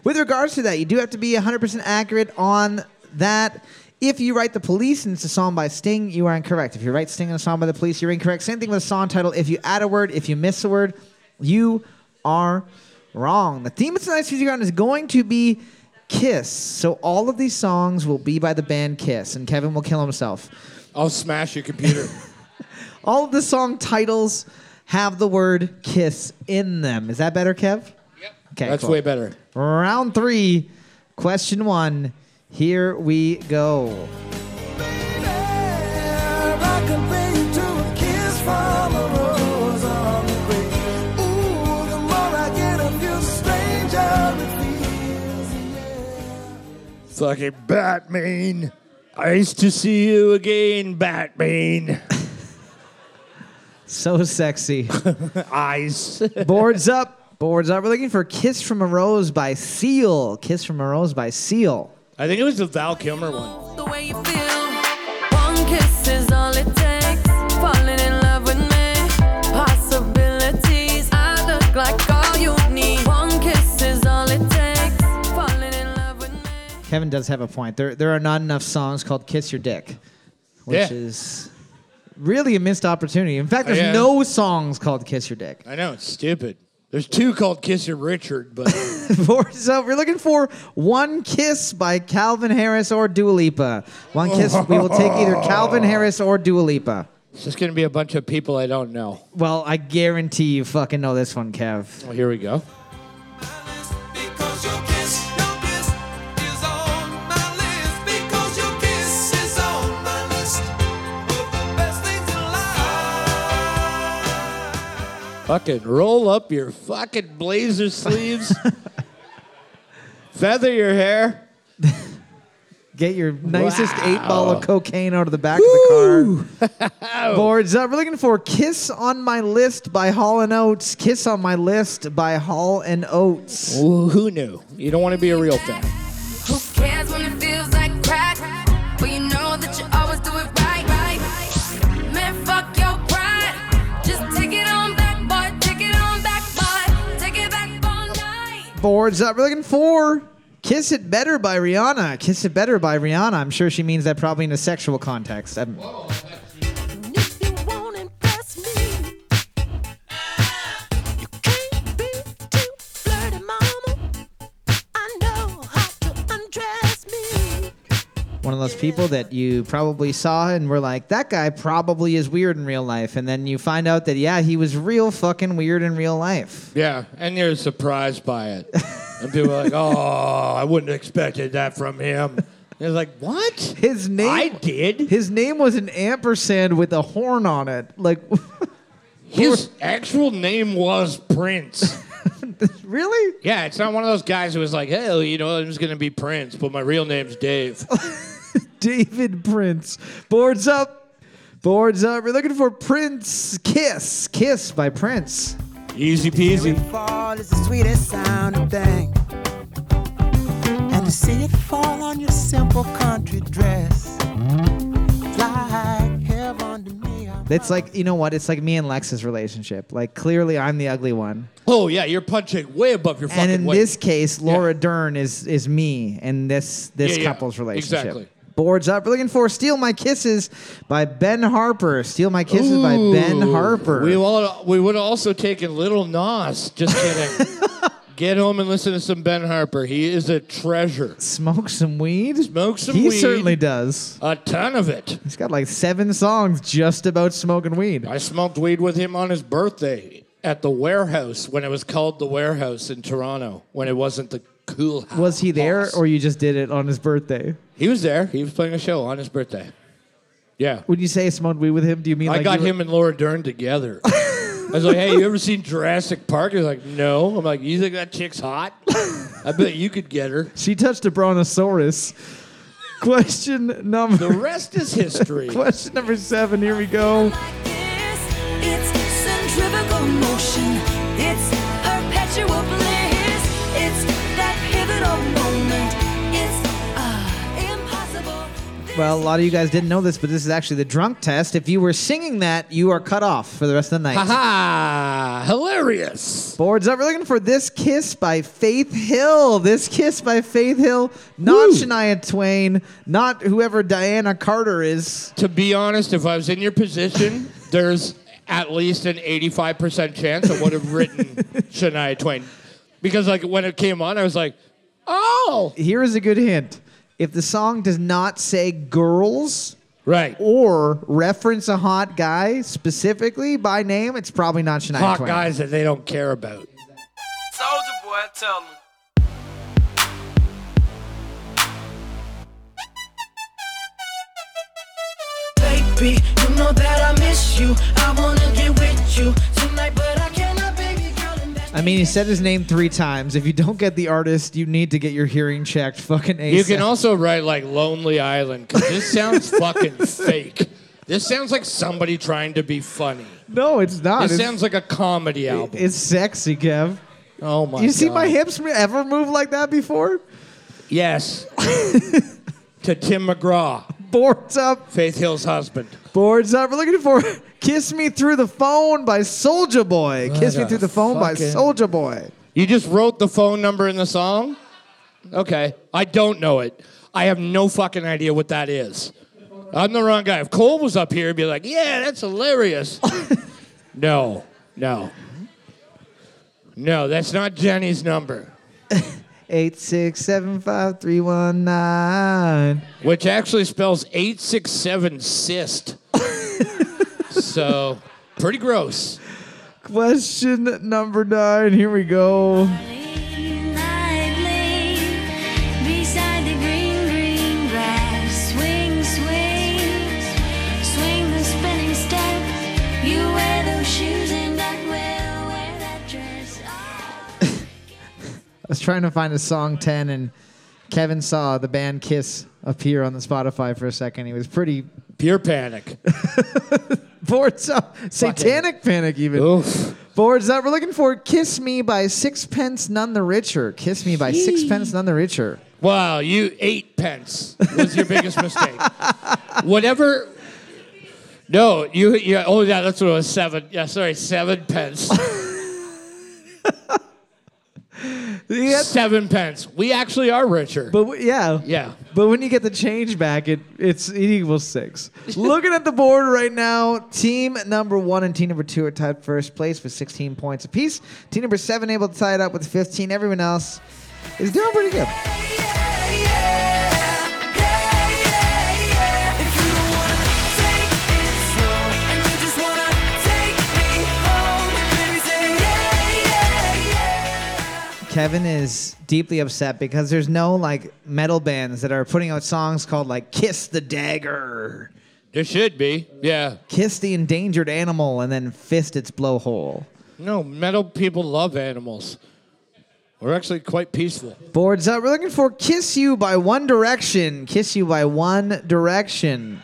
[SPEAKER 2] With regards to that, you do have to be 100% accurate on that. If you write The Police and it's a song by Sting, you are incorrect. If you write Sting and a song by The Police, you're incorrect. Same thing with a song title. If you add a word, if you miss a word, you are wrong. The theme of tonight's music round is going to be Kiss. So all of these songs will be by the band Kiss, and Kevin will kill himself.
[SPEAKER 3] I'll smash your computer.
[SPEAKER 2] All of the song titles have the word Kiss in them. Is that better, Kev? Yep. Okay.
[SPEAKER 3] That's
[SPEAKER 2] cool.
[SPEAKER 3] way better.
[SPEAKER 2] Round three, question one. Here we go.
[SPEAKER 3] Fucking Batman. Nice to see you again, Batman.
[SPEAKER 2] So sexy.
[SPEAKER 3] Eyes.
[SPEAKER 2] Boards up. Boards up. We're looking for Kiss from a Rose by Seal. Kiss from a Rose by Seal.
[SPEAKER 3] I think it was the Val Kilmer one.
[SPEAKER 4] The way you feel. One kiss is all it takes. Falling in love with me. Possibilities. I look like all you need. One kiss is all it takes. Falling in love with me.
[SPEAKER 2] Kevin does have a point. There, there are not enough songs called "Kiss Your Dick," which
[SPEAKER 3] Yeah. Oh,
[SPEAKER 2] is really a missed opportunity. In fact, there's
[SPEAKER 3] Yeah.
[SPEAKER 2] no songs called "Kiss Your Dick."
[SPEAKER 3] I know it's stupid. There's two called Kiss Your Richard, but
[SPEAKER 2] Boards up. We're looking for "One Kiss" by Calvin Harris or Dua Lipa. One kiss. We will take either Calvin Harris or Dua Lipa.
[SPEAKER 3] it's just gonna be a bunch of people I don't know.
[SPEAKER 2] Well, I guarantee you fucking know this one, Kev.
[SPEAKER 3] Well, here we go.
[SPEAKER 5] Because you kiss, you kiss,
[SPEAKER 3] Fucking roll up your fucking blazer sleeves. Feather your hair.
[SPEAKER 2] Get your nicest eight ball of cocaine out of the back of the car. Boards up. We're looking for "Kiss on My List" by Hall and Oates. "Kiss on My List" by Hall and Oates.
[SPEAKER 3] Who who knew? You don't want to be a real fan.
[SPEAKER 4] Who cares when it feels like crack? But you know that you always do it right, right? Man, fuck your pride. Just take it on back, boy. Take it on back, boy. Take it back all night.
[SPEAKER 2] Boards up. We're looking for "Kiss It Better" by Rihanna. "Kiss It Better" by Rihanna. I'm sure she means that probably in a sexual context. I'm-
[SPEAKER 5] If you won't impress me, you can't be too flirty, mama. I know how to undress me.
[SPEAKER 2] one of those people that you probably saw and were like, that guy probably is weird in real life. And then you find out that, yeah, he was real fucking weird in real life.
[SPEAKER 3] Yeah, and you're surprised by it. and people are like, oh, I wouldn't have expected that from him. And it's like, what?
[SPEAKER 2] His name-
[SPEAKER 3] I did?
[SPEAKER 2] His name was an ampersand with a horn on it. Like,
[SPEAKER 3] His actual name was Prince.
[SPEAKER 2] really?
[SPEAKER 3] yeah, it's not one of those guys who was like, hey, you know, I'm just going to be Prince, but my real name's Dave.
[SPEAKER 2] David Prince. Boards up. Boards up. We're looking for Prince Kiss. Kiss by Prince.
[SPEAKER 3] Easy peasy.
[SPEAKER 6] fall is the sweetest sounding thing. And to see it fall on your simple country dress, it's like heaven to me. I'm
[SPEAKER 2] It's like, you know what? It's like me and Lex's relationship. Like, clearly I'm the ugly one.
[SPEAKER 3] Oh, yeah, you're punching way above your
[SPEAKER 2] and
[SPEAKER 3] fucking
[SPEAKER 2] in
[SPEAKER 3] weight.
[SPEAKER 2] this case, Laura Dern is is me in this this
[SPEAKER 3] Yeah, yeah.
[SPEAKER 2] couple's relationship.
[SPEAKER 3] Exactly.
[SPEAKER 2] Boards up. We're looking for "Steal My Kisses" by Ben Harper. "Steal My Kisses" by Ben
[SPEAKER 3] Ooh,
[SPEAKER 2] Harper.
[SPEAKER 3] We, all, we would have also taken Little Nas. Just kidding. Get home and listen to some Ben Harper. He is a treasure.
[SPEAKER 2] smoke some weed.
[SPEAKER 3] Smoke some
[SPEAKER 2] he
[SPEAKER 3] weed.
[SPEAKER 2] certainly does.
[SPEAKER 3] A ton of it.
[SPEAKER 2] He's got like seven songs just about smoking weed.
[SPEAKER 3] I smoked weed with him on his birthday at the warehouse when it was called the warehouse in Toronto when it wasn't the cool house.
[SPEAKER 2] Was he there,
[SPEAKER 3] House.
[SPEAKER 2] or you just did it on his birthday?
[SPEAKER 3] he was there. He was playing a show on his birthday. Yeah.
[SPEAKER 2] When you say smoked weed with him, do you mean
[SPEAKER 3] I
[SPEAKER 2] like
[SPEAKER 3] got
[SPEAKER 2] you were-
[SPEAKER 3] him and Laura Dern together. I was like, hey, you ever seen Jurassic Park? He's like, no. I'm like, you think that chick's hot? I bet you could get her.
[SPEAKER 2] She touched a brontosaurus. Question
[SPEAKER 3] The
[SPEAKER 2] number.
[SPEAKER 3] rest is history.
[SPEAKER 2] Question number seven. Here we go.
[SPEAKER 4] Yes, It's centrifugal motion. It's perpetual bliss. It's that pivotal moment. It's uh, impossible. This
[SPEAKER 2] Well, a lot of you guys didn't know this, but this is actually the drunk test. If you were singing that, you are cut off for the rest of the night.
[SPEAKER 3] Haha! Hilarious.
[SPEAKER 2] Boards up. We're looking for This Kiss by Faith Hill. This Kiss by Faith Hill. Not Shania Twain. Not whoever Diana Carter is.
[SPEAKER 3] To be honest, if I was in your position, there's at least an 85% chance I would have written Shania Twain. Because like when it came on, I was like, oh!
[SPEAKER 2] Here is a good hint. If the song does not say girls
[SPEAKER 3] Right.
[SPEAKER 2] or reference a hot guy specifically by name, it's probably not Shania
[SPEAKER 3] Hot
[SPEAKER 2] Twain.
[SPEAKER 3] guys that they don't care about.
[SPEAKER 7] Soldier boy, tell him.
[SPEAKER 5] Baby, you know that I miss you. I wanna get with you tonight, but I cannot, baby girl. And that's
[SPEAKER 2] I mean, he said his name three times. If you don't get the artist, you need to get your hearing checked. Fucking ASAP.
[SPEAKER 3] You can also write like Lonely Island because this sounds fucking fake. This sounds like somebody trying to be funny.
[SPEAKER 2] No, it's not.
[SPEAKER 3] This
[SPEAKER 2] It's,
[SPEAKER 3] sounds like a comedy album.
[SPEAKER 2] it's sexy, Kev.
[SPEAKER 3] oh my!
[SPEAKER 2] you see my
[SPEAKER 3] God.
[SPEAKER 2] hips m- ever move like that before?
[SPEAKER 3] Yes. to Tim McGraw,
[SPEAKER 2] Boards up,
[SPEAKER 3] Faith Hill's husband.
[SPEAKER 2] boards up. We're looking for "Kiss Me Through the Phone" by Soldier Boy. "Kiss Me
[SPEAKER 3] a
[SPEAKER 2] Through the Phone" by
[SPEAKER 3] fucking-
[SPEAKER 2] Soldier Boy.
[SPEAKER 3] You just wrote the phone number in the song? Okay. I don't know it. I have no fucking idea what that is. I'm the wrong guy. If Cole was up here, he'd be like, yeah, that's hilarious. no, no. No, that's not Jenny's number,
[SPEAKER 2] Eight six seven five three one nine.
[SPEAKER 3] which actually spells 867 cyst. so, pretty gross.
[SPEAKER 2] Question number nine. Here we go.
[SPEAKER 8] Lightly, beside the green, green grass, swing, swing, swing the spinning step. You wear those shoes and I will
[SPEAKER 4] Ah.
[SPEAKER 2] was trying to find a song 10, and Kevin saw the band Kiss appear on the Spotify for a second. He was pretty
[SPEAKER 3] Pure panic.
[SPEAKER 2] boards up, satanic panic even.
[SPEAKER 3] Oof.
[SPEAKER 2] Boards up. We're looking for "Kiss Me" by Sixpence None the Richer. "Kiss Me" by Sixpence None the Richer.
[SPEAKER 3] Wow, you eight pence was your biggest mistake. Whatever. No, you, you. Oh, yeah, that's what it was. Seven. Yeah, sorry, seven pence.
[SPEAKER 2] Yeah,
[SPEAKER 3] Seven pence. We actually are richer.
[SPEAKER 2] but w- yeah,
[SPEAKER 3] yeah.
[SPEAKER 2] But when you get the change back, it it's it equals six. Looking at the board right now, team number one and team number two are tied first place with 16 points apiece. Team number seven able to tie it up with 15. Everyone else is doing pretty good. Kevin is deeply upset because there's no like metal bands that are putting out songs called like "Kiss the Dagger,"
[SPEAKER 3] There should be. Yeah.
[SPEAKER 2] "Kiss the Endangered Animal," and then "Fist its Blowhole."
[SPEAKER 3] No, metal people love animals. We're actually quite peaceful.
[SPEAKER 2] Boards up. We're looking for Kiss You by One Direction. Kiss You by One Direction.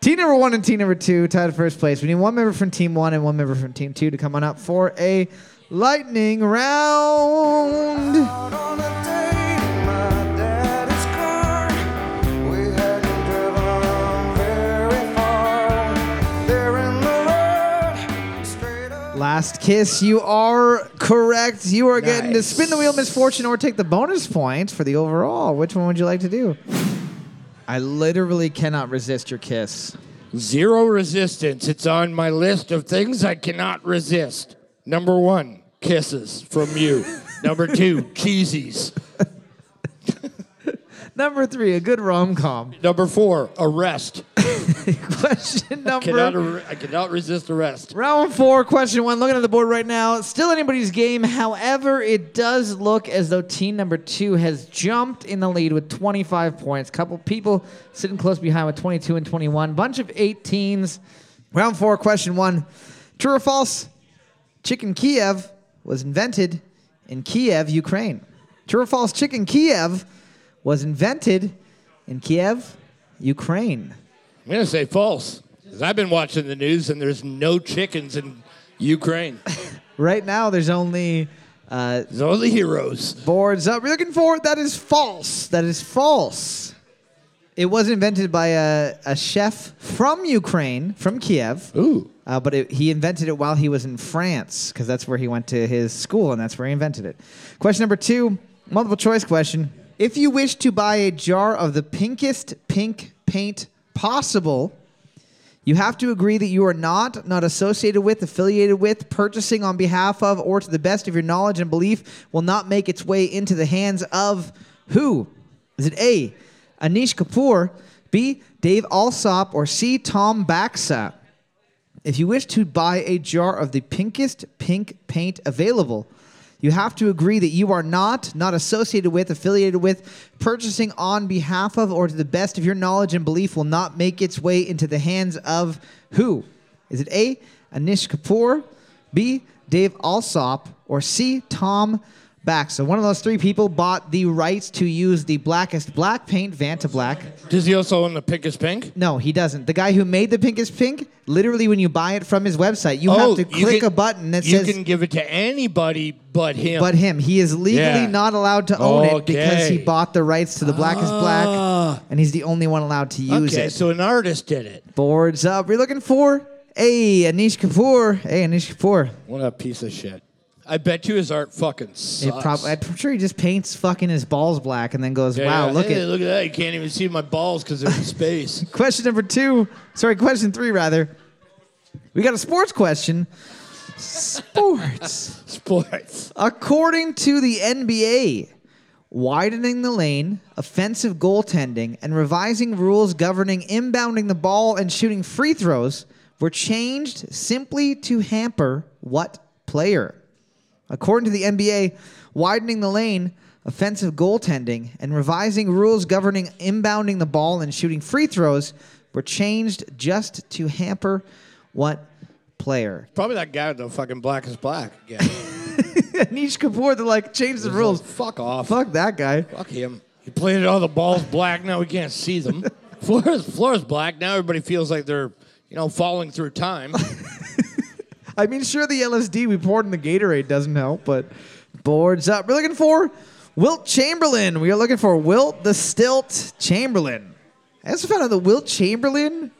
[SPEAKER 2] Team number one and team number two tied first place. We need one member from team one and one member from team two to come on up for a lightning round. Last kiss, you are correct. You are getting to
[SPEAKER 3] Nice.
[SPEAKER 2] spin the wheel misfortune or take the bonus points for the overall. Which one would you like to do? I literally cannot resist your kiss.
[SPEAKER 3] Zero resistance. It's on my list of things I cannot resist. Number one, kisses from you. Number two, cheesies.
[SPEAKER 2] Number three, a good rom com.
[SPEAKER 3] Number four, arrest.
[SPEAKER 2] Question
[SPEAKER 3] Cannot
[SPEAKER 2] number
[SPEAKER 3] ar- I cannot resist arrest.
[SPEAKER 2] Round four, question one. Looking at the board right now, still anybody's game. However, it does look as though team number two has jumped in the lead with 25 points. Couple people sitting close behind with 22 and 21. Bunch of 18s. Round four, question one. True or false? Chicken Kiev was invented in Kiev, Ukraine. True or false? Chicken Kiev was invented in Kiev, Ukraine.
[SPEAKER 3] I'm going to say false. 'cause I've been watching the news and there's no chickens in Ukraine.
[SPEAKER 2] Right now, there's only. Uh,
[SPEAKER 3] There's only heroes.
[SPEAKER 2] boards up. We're looking for that is false. That is false. It was invented by a, a chef from Ukraine, from Kiev,
[SPEAKER 3] Ooh.
[SPEAKER 2] uh, but it, he invented it while he was in France because that's where he went to his school and that's where he invented it. Question number two, multiple choice question. If you wish to buy a jar of the pinkest pink paint possible, you have to agree that you are not, not associated with, affiliated with, purchasing on behalf of, or to the best of your knowledge and belief will not make its way into the hands of who? Is it A, Anish Kapoor, B, Dave Alsop, or C, Tom Baxa? If you wish to buy a jar of the pinkest pink paint available, you have to agree that you are not, not associated with, affiliated with, purchasing on behalf of, or to the best of your knowledge and belief will not make its way into the hands of who? Is it A, Anish Kapoor, B, Dave Alsop, or C, Tom Back? So one of those three people bought the rights to use the blackest black paint, Vanta Black.
[SPEAKER 3] Does he also own the Pinkest Pink?
[SPEAKER 2] No, he doesn't. The guy who made the pink is pink. Literally, when you buy it from his website, you have to
[SPEAKER 3] Oh, you
[SPEAKER 2] click
[SPEAKER 3] can-
[SPEAKER 2] a button that
[SPEAKER 3] you
[SPEAKER 2] says
[SPEAKER 3] can give it to anybody but him.
[SPEAKER 2] "But him." He is legally
[SPEAKER 3] Yeah.
[SPEAKER 2] not allowed to own it because
[SPEAKER 3] Okay.
[SPEAKER 2] he bought the rights to the black is
[SPEAKER 3] Ah.
[SPEAKER 2] black, and he's the only one allowed to use
[SPEAKER 3] okay,
[SPEAKER 2] it.
[SPEAKER 3] so an artist did it.
[SPEAKER 2] Boards up. We're looking for a Anish Kapoor. Hey, Anish Kapoor.
[SPEAKER 3] What a piece of shit. I bet you his art fucking sucks.
[SPEAKER 2] It prob- I'm sure he just paints fucking his balls black and then goes,
[SPEAKER 3] Yeah,
[SPEAKER 2] "Wow,
[SPEAKER 3] yeah.
[SPEAKER 2] look
[SPEAKER 3] Hey,
[SPEAKER 2] at."
[SPEAKER 3] look at that. You can't even see my balls because they're in space.
[SPEAKER 2] Question number two. Sorry, question three rather. We got a sports question. Sports.
[SPEAKER 3] Sports.
[SPEAKER 2] According to the NBA, widening the lane, offensive goaltending, and revising rules governing inbounding the ball and shooting free throws were changed simply to hamper what player? According to the NBA, widening the lane, offensive goaltending, and revising rules governing inbounding the ball and shooting free throws were changed just to hamper what player?
[SPEAKER 3] Probably that guy with the fucking black is black. again.
[SPEAKER 2] Anish Kapoor to like change the rules.
[SPEAKER 3] Fuck off.
[SPEAKER 2] Fuck that guy.
[SPEAKER 3] Fuck him. He painted all the balls black. Now we can't see them. floor is, floor is black. Now everybody feels like they're, you know, falling through time.
[SPEAKER 2] I mean, sure, the LSD we poured in the Gatorade doesn't help, but boards up. We're looking for Wilt Chamberlain. We are looking for Wilt the Stilt Chamberlain. I also found out that Wilt Chamberlain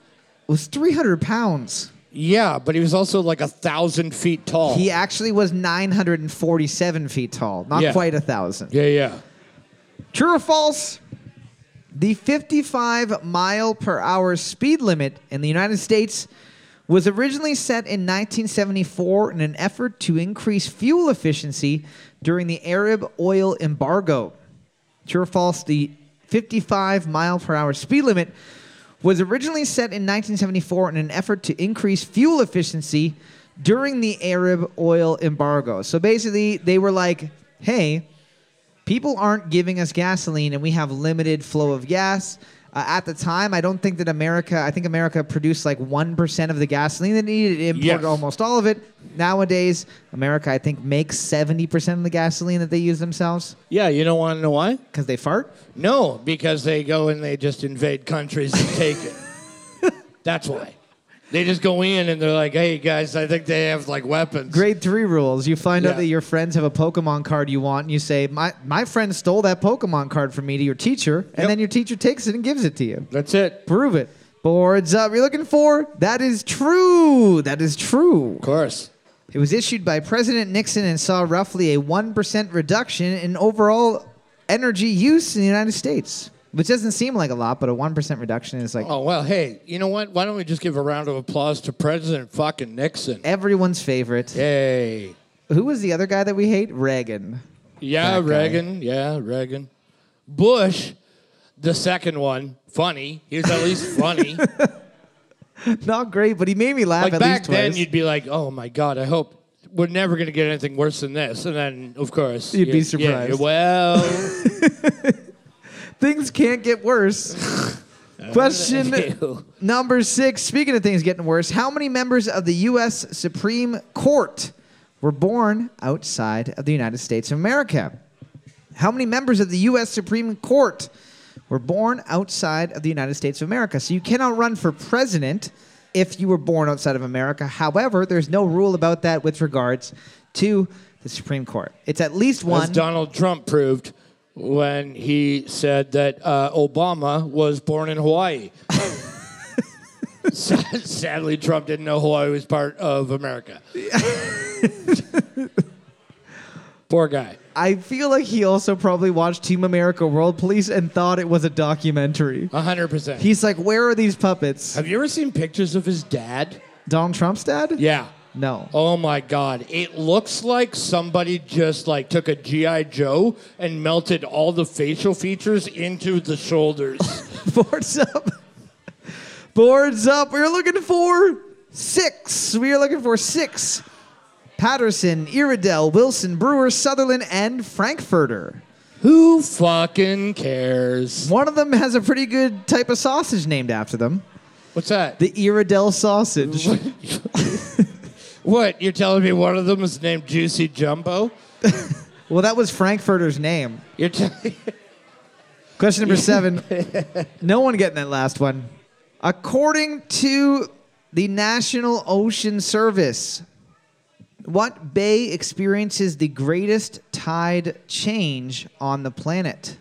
[SPEAKER 2] was 300 pounds.
[SPEAKER 3] yeah, but he was also like a thousand feet tall.
[SPEAKER 2] He actually was 947 feet tall, not
[SPEAKER 3] Yeah.
[SPEAKER 2] quite a thousand.
[SPEAKER 3] yeah, yeah.
[SPEAKER 2] True or false? The 55 mile per hour speed limit in the United States was originally set in 1974 in an effort to increase fuel efficiency during the Arab oil embargo. True or false? The 55 mile per hour speed limit was originally set in 1974 in an effort to increase fuel efficiency during the Arab oil embargo. So basically, they were like, hey, people aren't giving us gasoline and we have limited flow of gas uh, at the time i don't think that america i think america produced like 1% of the gasoline that needed it imported
[SPEAKER 3] Yes.
[SPEAKER 2] almost all of it nowadays america i think makes 70% of the gasoline that they use themselves
[SPEAKER 3] Yeah, you don't want to know why?
[SPEAKER 2] because they fart
[SPEAKER 3] No, because they go and they just invade countries and take it. That's why. They just go in and they're like, hey, guys, I think they have like weapons.
[SPEAKER 2] grade 3 rules you find out
[SPEAKER 3] Yeah.
[SPEAKER 2] that your friends have a pokemon card you want and you say my, my friend stole that pokemon card from me to your teacher and
[SPEAKER 3] Yep.
[SPEAKER 2] then your teacher takes it and gives it to you
[SPEAKER 3] That's it.
[SPEAKER 2] prove it boards up you're looking for that is true that is true
[SPEAKER 3] Of course.
[SPEAKER 2] It was issued by President Nixon and saw roughly a 1% reduction in overall energy use in the United States, which doesn't seem like a lot, but a 1% reduction is like
[SPEAKER 3] Oh, well, hey, you know what? Why don't we just give a round of applause to President fucking Nixon?
[SPEAKER 2] everyone's favorite.
[SPEAKER 3] Yay.
[SPEAKER 2] Who was the other guy that we hate? Reagan. That
[SPEAKER 3] Yeah,
[SPEAKER 2] guy.
[SPEAKER 3] Reagan. Yeah, Reagan. Bush, the second one, funny. He was at least funny.
[SPEAKER 2] Not great, but he made me laugh
[SPEAKER 3] like
[SPEAKER 2] at
[SPEAKER 3] back
[SPEAKER 2] least
[SPEAKER 3] then,
[SPEAKER 2] twice.
[SPEAKER 3] you'd be like, "Oh my god, I hope we're never gonna get anything worse than this." And then, of course,
[SPEAKER 2] You'd be
[SPEAKER 3] yeah, yeah,
[SPEAKER 2] surprised.
[SPEAKER 3] well,
[SPEAKER 2] Things can't get worse. Question
[SPEAKER 3] Ew.
[SPEAKER 2] number six. Speaking of things getting worse, how many members of the U.S. Supreme Court were born outside of the United States of America? How many members of the U.S. Supreme Court were born outside of the United States of America? So you cannot run for president if you were born outside of America. However, there's no rule about that with regards to the Supreme Court. It's at least
[SPEAKER 3] as
[SPEAKER 2] one.
[SPEAKER 3] Donald Trump proved when he said that uh, Obama was born in Hawaii. Sad- Sadly, Trump didn't know Hawaii was part of America. Poor guy.
[SPEAKER 2] I feel like he also probably watched Team America World Police and thought it was a documentary.
[SPEAKER 3] hundred percent.
[SPEAKER 2] He's like, where are these puppets?
[SPEAKER 3] Have you ever seen pictures of his dad?
[SPEAKER 2] Donald Trump's dad?
[SPEAKER 3] Yeah.
[SPEAKER 2] No.
[SPEAKER 3] Oh my God! It looks like somebody just like took a GI Joe and melted all the facial features into the shoulders.
[SPEAKER 2] Boards up. Boards up. We're looking for six. We are looking for six. Patterson, Iredell, Wilson, Brewer, Sutherland, and Frankfurter.
[SPEAKER 3] Who fucking cares?
[SPEAKER 2] One of them has a pretty good type of sausage named after them.
[SPEAKER 3] What's that?
[SPEAKER 2] The Iredell sausage.
[SPEAKER 3] what? You're telling me one of them is named Juicy Jumbo?
[SPEAKER 2] well, that was Frankfurter's name.
[SPEAKER 3] You're telling.
[SPEAKER 2] Question number seven. no one getting that last one. According to the National Ocean Service, what bay experiences the greatest tide change on the planet?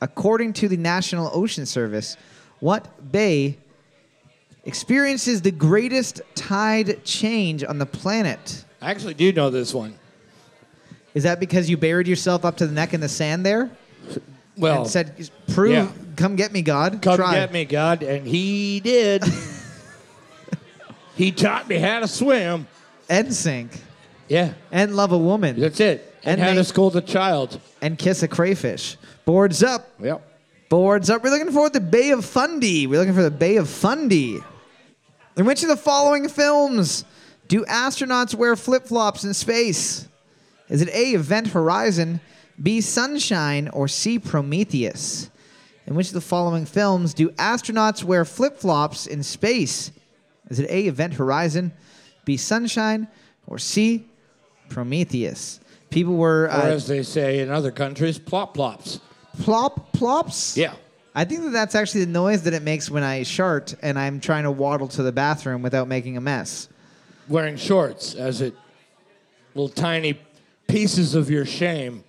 [SPEAKER 2] According to the National Ocean Service, what bay experiences the greatest tide change on the planet?
[SPEAKER 3] I actually do know this one.
[SPEAKER 2] Is that because you buried yourself up to the neck in the sand there
[SPEAKER 3] Well,
[SPEAKER 2] and said, "Prove,
[SPEAKER 3] Oh. Yeah.
[SPEAKER 2] come get me, God"?
[SPEAKER 3] Come
[SPEAKER 2] Try."
[SPEAKER 3] get me, God. And he did. he taught me how to swim.
[SPEAKER 2] and sink
[SPEAKER 3] Yeah,
[SPEAKER 2] and love a woman
[SPEAKER 3] that's it. And,
[SPEAKER 2] And
[SPEAKER 3] how
[SPEAKER 2] they-
[SPEAKER 3] to scold a child.
[SPEAKER 2] and kiss a crayfish. Boards up.
[SPEAKER 3] Yep.
[SPEAKER 2] Uh, Boards up. We're looking for the Bay of Fundy. We're looking for the Bay of Fundy. In which of the following films do astronauts wear flip flops in space? Is it A, Event Horizon, B, Sunshine, or C, Prometheus? In which of the following films do astronauts wear flip flops in space? Is it A, Event Horizon, B, Sunshine, or C, Prometheus? People were
[SPEAKER 3] or
[SPEAKER 2] uh,
[SPEAKER 3] as they say in other countries, plop plops.
[SPEAKER 2] plop plops.
[SPEAKER 3] Yeah.
[SPEAKER 2] I think that that's actually the noise that it makes when I shart and I'm trying to waddle to the bathroom without making a mess.
[SPEAKER 3] Wearing shorts as it little tiny pieces of your shame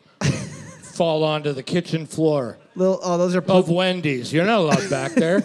[SPEAKER 3] fall onto the kitchen floor
[SPEAKER 2] Little, oh, those are
[SPEAKER 3] of
[SPEAKER 2] poop.
[SPEAKER 3] Wendy's. You're not allowed back there.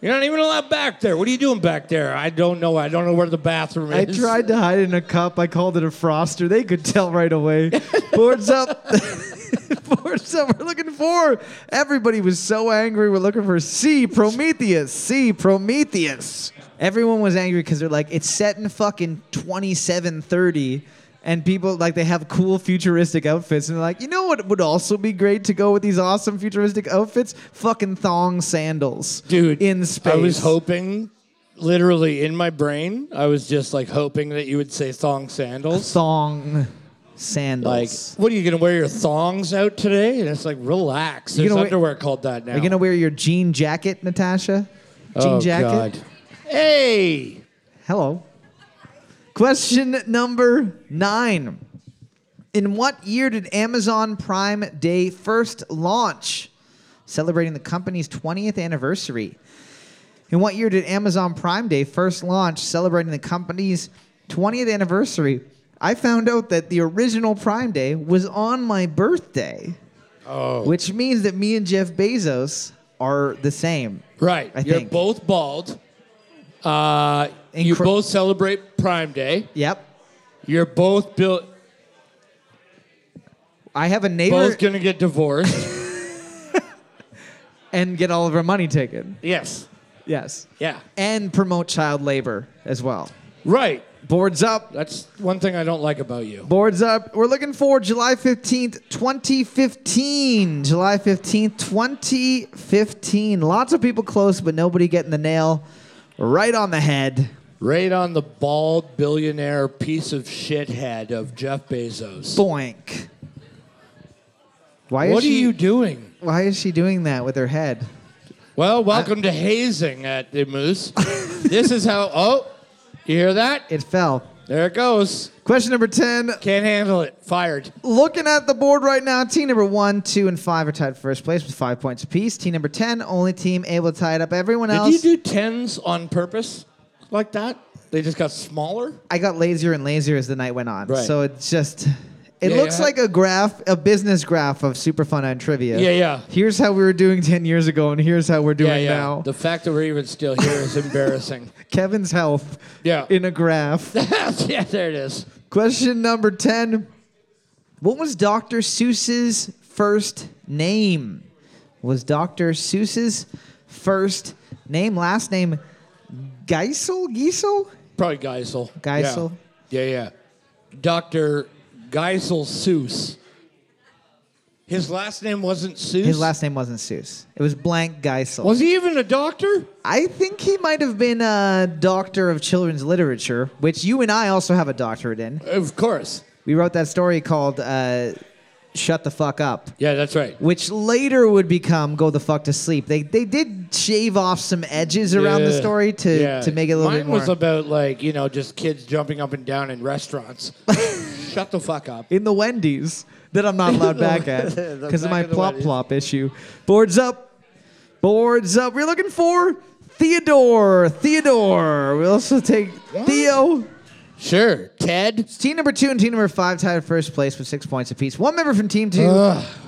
[SPEAKER 3] You're not even allowed back there. What are you doing back there? I don't know. I don't know where the bathroom
[SPEAKER 2] I
[SPEAKER 3] is.
[SPEAKER 2] tried to hide in a cup. I called it a froster. They could tell right away. Boards up. Boards up. We're looking for. Everybody was so angry. We're looking for C Prometheus. C Prometheus. Everyone was angry because they're like, it's set in fucking 2730. And people like they have cool futuristic outfits, and they're like, you know what would also be great to go with these awesome futuristic outfits? Fucking thong sandals,
[SPEAKER 3] Dude,
[SPEAKER 2] In space,
[SPEAKER 3] I was hoping, literally in my brain, I was just like hoping that you would say thong sandals.
[SPEAKER 2] thong
[SPEAKER 3] Like,
[SPEAKER 2] sandals.
[SPEAKER 3] what are you gonna wear your thongs out today? And it's like, relax. There's
[SPEAKER 2] gonna wear-
[SPEAKER 3] underwear called that now.
[SPEAKER 2] Are you gonna wear your jean jacket, Natasha? Jean
[SPEAKER 3] oh,
[SPEAKER 2] jacket.
[SPEAKER 3] God. Hey,
[SPEAKER 2] Hello. Question number nine. In what year did Amazon Prime Day first launch, celebrating the company's 20th anniversary? In what year did Amazon Prime Day first launch, celebrating the company's 20th anniversary? I found out that the original Prime Day was on my birthday. Oh. Which means that me and Jeff Bezos are the same.
[SPEAKER 3] right.
[SPEAKER 2] I
[SPEAKER 3] You're
[SPEAKER 2] think.
[SPEAKER 3] both bald. Uh, you
[SPEAKER 2] Incre-
[SPEAKER 3] both celebrate Prime Day.
[SPEAKER 2] Yep.
[SPEAKER 3] You're both built.
[SPEAKER 2] I have a neighbor
[SPEAKER 3] Both gonna get divorced.
[SPEAKER 2] and get all of our money taken.
[SPEAKER 3] yes.
[SPEAKER 2] Yes.
[SPEAKER 3] Yeah.
[SPEAKER 2] And promote child labor as well.
[SPEAKER 3] Right.
[SPEAKER 2] Boards up.
[SPEAKER 3] That's one thing I don't like about you.
[SPEAKER 2] Boards up. We're looking for July 15th, 2015. July 15th, 2015. Lots of people close, but nobody getting the nail right on the head.
[SPEAKER 3] Right on the bald billionaire piece of shit head of Jeff Bezos.
[SPEAKER 2] Boink. Why is
[SPEAKER 3] What are
[SPEAKER 2] she,
[SPEAKER 3] you doing?
[SPEAKER 2] Why is she doing that with her head?
[SPEAKER 3] Well, welcome to hazing at the Moose. this is how. Oh, you hear that?
[SPEAKER 2] It fell.
[SPEAKER 3] There it goes.
[SPEAKER 2] Question number 10.
[SPEAKER 3] Can't handle it. Fired.
[SPEAKER 2] Looking at the board right now, team number one, two, and five are tied for first place with five points apiece. Team number ten, only team able to tie it up. Everyone
[SPEAKER 3] Did
[SPEAKER 2] else,
[SPEAKER 3] you do tens on purpose like that? They just got smaller?
[SPEAKER 2] I got lazier and lazier as the night went on.
[SPEAKER 3] Right.
[SPEAKER 2] So it's just, it
[SPEAKER 3] Yeah,
[SPEAKER 2] looks
[SPEAKER 3] yeah.
[SPEAKER 2] like a graph, a business graph of Superfund and trivia.
[SPEAKER 3] Yeah, yeah.
[SPEAKER 2] Here's how we were doing ten years ago, and here's how we're doing now.
[SPEAKER 3] The fact that we're even still here is embarrassing.
[SPEAKER 2] Kevin's health.
[SPEAKER 3] Yeah.
[SPEAKER 2] In a graph.
[SPEAKER 3] yeah, there it is.
[SPEAKER 2] Question number 10. What was Dr. Seuss's first name? What Was Dr. Seuss's first name? Last name Geisel? Geisel?
[SPEAKER 3] Probably Geisel.
[SPEAKER 2] Geisel.
[SPEAKER 3] Yeah, yeah. yeah. Dr. Geisel Seuss. His last name wasn't Seuss?
[SPEAKER 2] His last name wasn't Seuss. It was blank Geisel.
[SPEAKER 3] Was he even a doctor?
[SPEAKER 2] I think he might have been a doctor of children's literature, which you and I also have a doctorate in.
[SPEAKER 3] Of course.
[SPEAKER 2] We wrote that story called uh, Shut the Fuck Up.
[SPEAKER 3] Yeah, that's right.
[SPEAKER 2] which later would become go the fuck to sleep. They they did shave off some edges around the
[SPEAKER 3] Yeah.
[SPEAKER 2] story to,
[SPEAKER 3] Yeah.
[SPEAKER 2] to make it a little
[SPEAKER 3] Mine
[SPEAKER 2] bit more.
[SPEAKER 3] was about like you know just kids jumping up and down in restaurants. Shut the fuck up.
[SPEAKER 2] in the Wendy's that I'm not allowed back at
[SPEAKER 3] The
[SPEAKER 2] because of
[SPEAKER 3] back
[SPEAKER 2] my
[SPEAKER 3] of the
[SPEAKER 2] plop
[SPEAKER 3] Wendy's.
[SPEAKER 2] plop issue. Boards up, boards up. We're looking for Theodore. Theodore. We also take Theo.
[SPEAKER 3] Sure, Ted.
[SPEAKER 2] Team number two and team number five tied first place with six points apiece. One member from team two,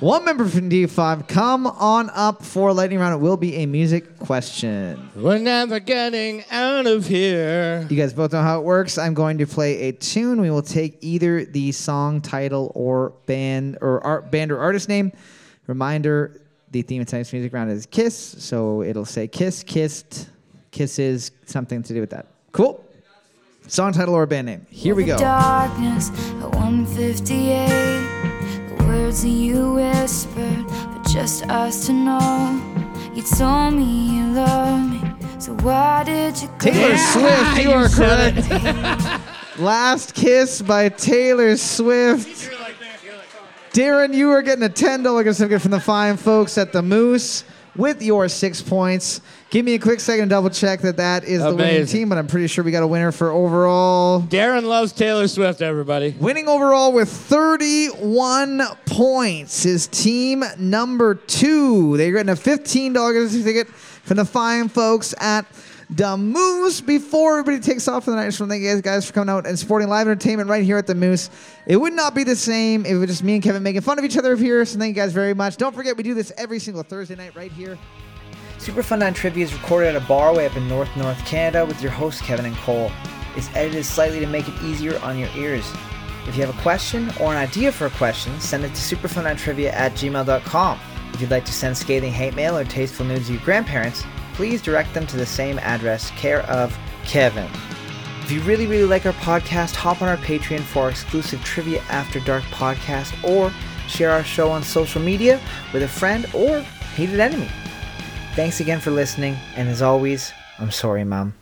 [SPEAKER 2] one member from team five. Come on up for lightning round. It will be a music question.
[SPEAKER 3] We're never getting out of here.
[SPEAKER 2] You guys both know how it works. I'm going to play a tune. We will take either the song title or band or art, band or artist name. Reminder: the theme of tonight's music round is Kiss, so it'll say Kiss, Kissed, Kisses, something to do with that. Cool. Song title or band name. Here we
[SPEAKER 8] The
[SPEAKER 2] go.
[SPEAKER 8] darkness at 158. The words that you whispered for just us to know. You told me you loved me, so why did you go?
[SPEAKER 2] Taylor Swift, you, are correct. Last Kiss by Taylor Swift. Darren, you are getting a ten dollar gift certificate from the fine folks at the Moose. with your six points. Give me a quick second to double check that that is the winning
[SPEAKER 3] Amazing.
[SPEAKER 2] team, but I'm pretty sure we got a winner for overall.
[SPEAKER 3] Darren loves Taylor Swift, everybody.
[SPEAKER 2] Winning overall with 31 points is team number two. They're getting a $15 gift ticket from the fine folks at the Moose. Before everybody takes off for the night, I just want to thank you guys, guys for coming out and supporting live entertainment right here at the Moose. It would not be the same if it was just me and Kevin making fun of each other here. So thank you guys very much. Don't forget, we do this every single Thursday night right here.
[SPEAKER 9] Superfundine Trivia is recorded at a bar way up in North North Canada with your hosts Kevin and Cole. It's edited slightly to make it easier on your ears. If you have a question or an idea for a question, send it to superfundinetrivia at gmail.com. If you'd like to send scathing hate mail or tasteful news to your grandparents, please direct them to the same address, care of Kevin. If you really, really like our podcast, hop on our Patreon for our exclusive Trivia After Dark podcast or share our show on social media with a friend or hated enemy. Thanks again for listening, and as always, I'm sorry, Mom.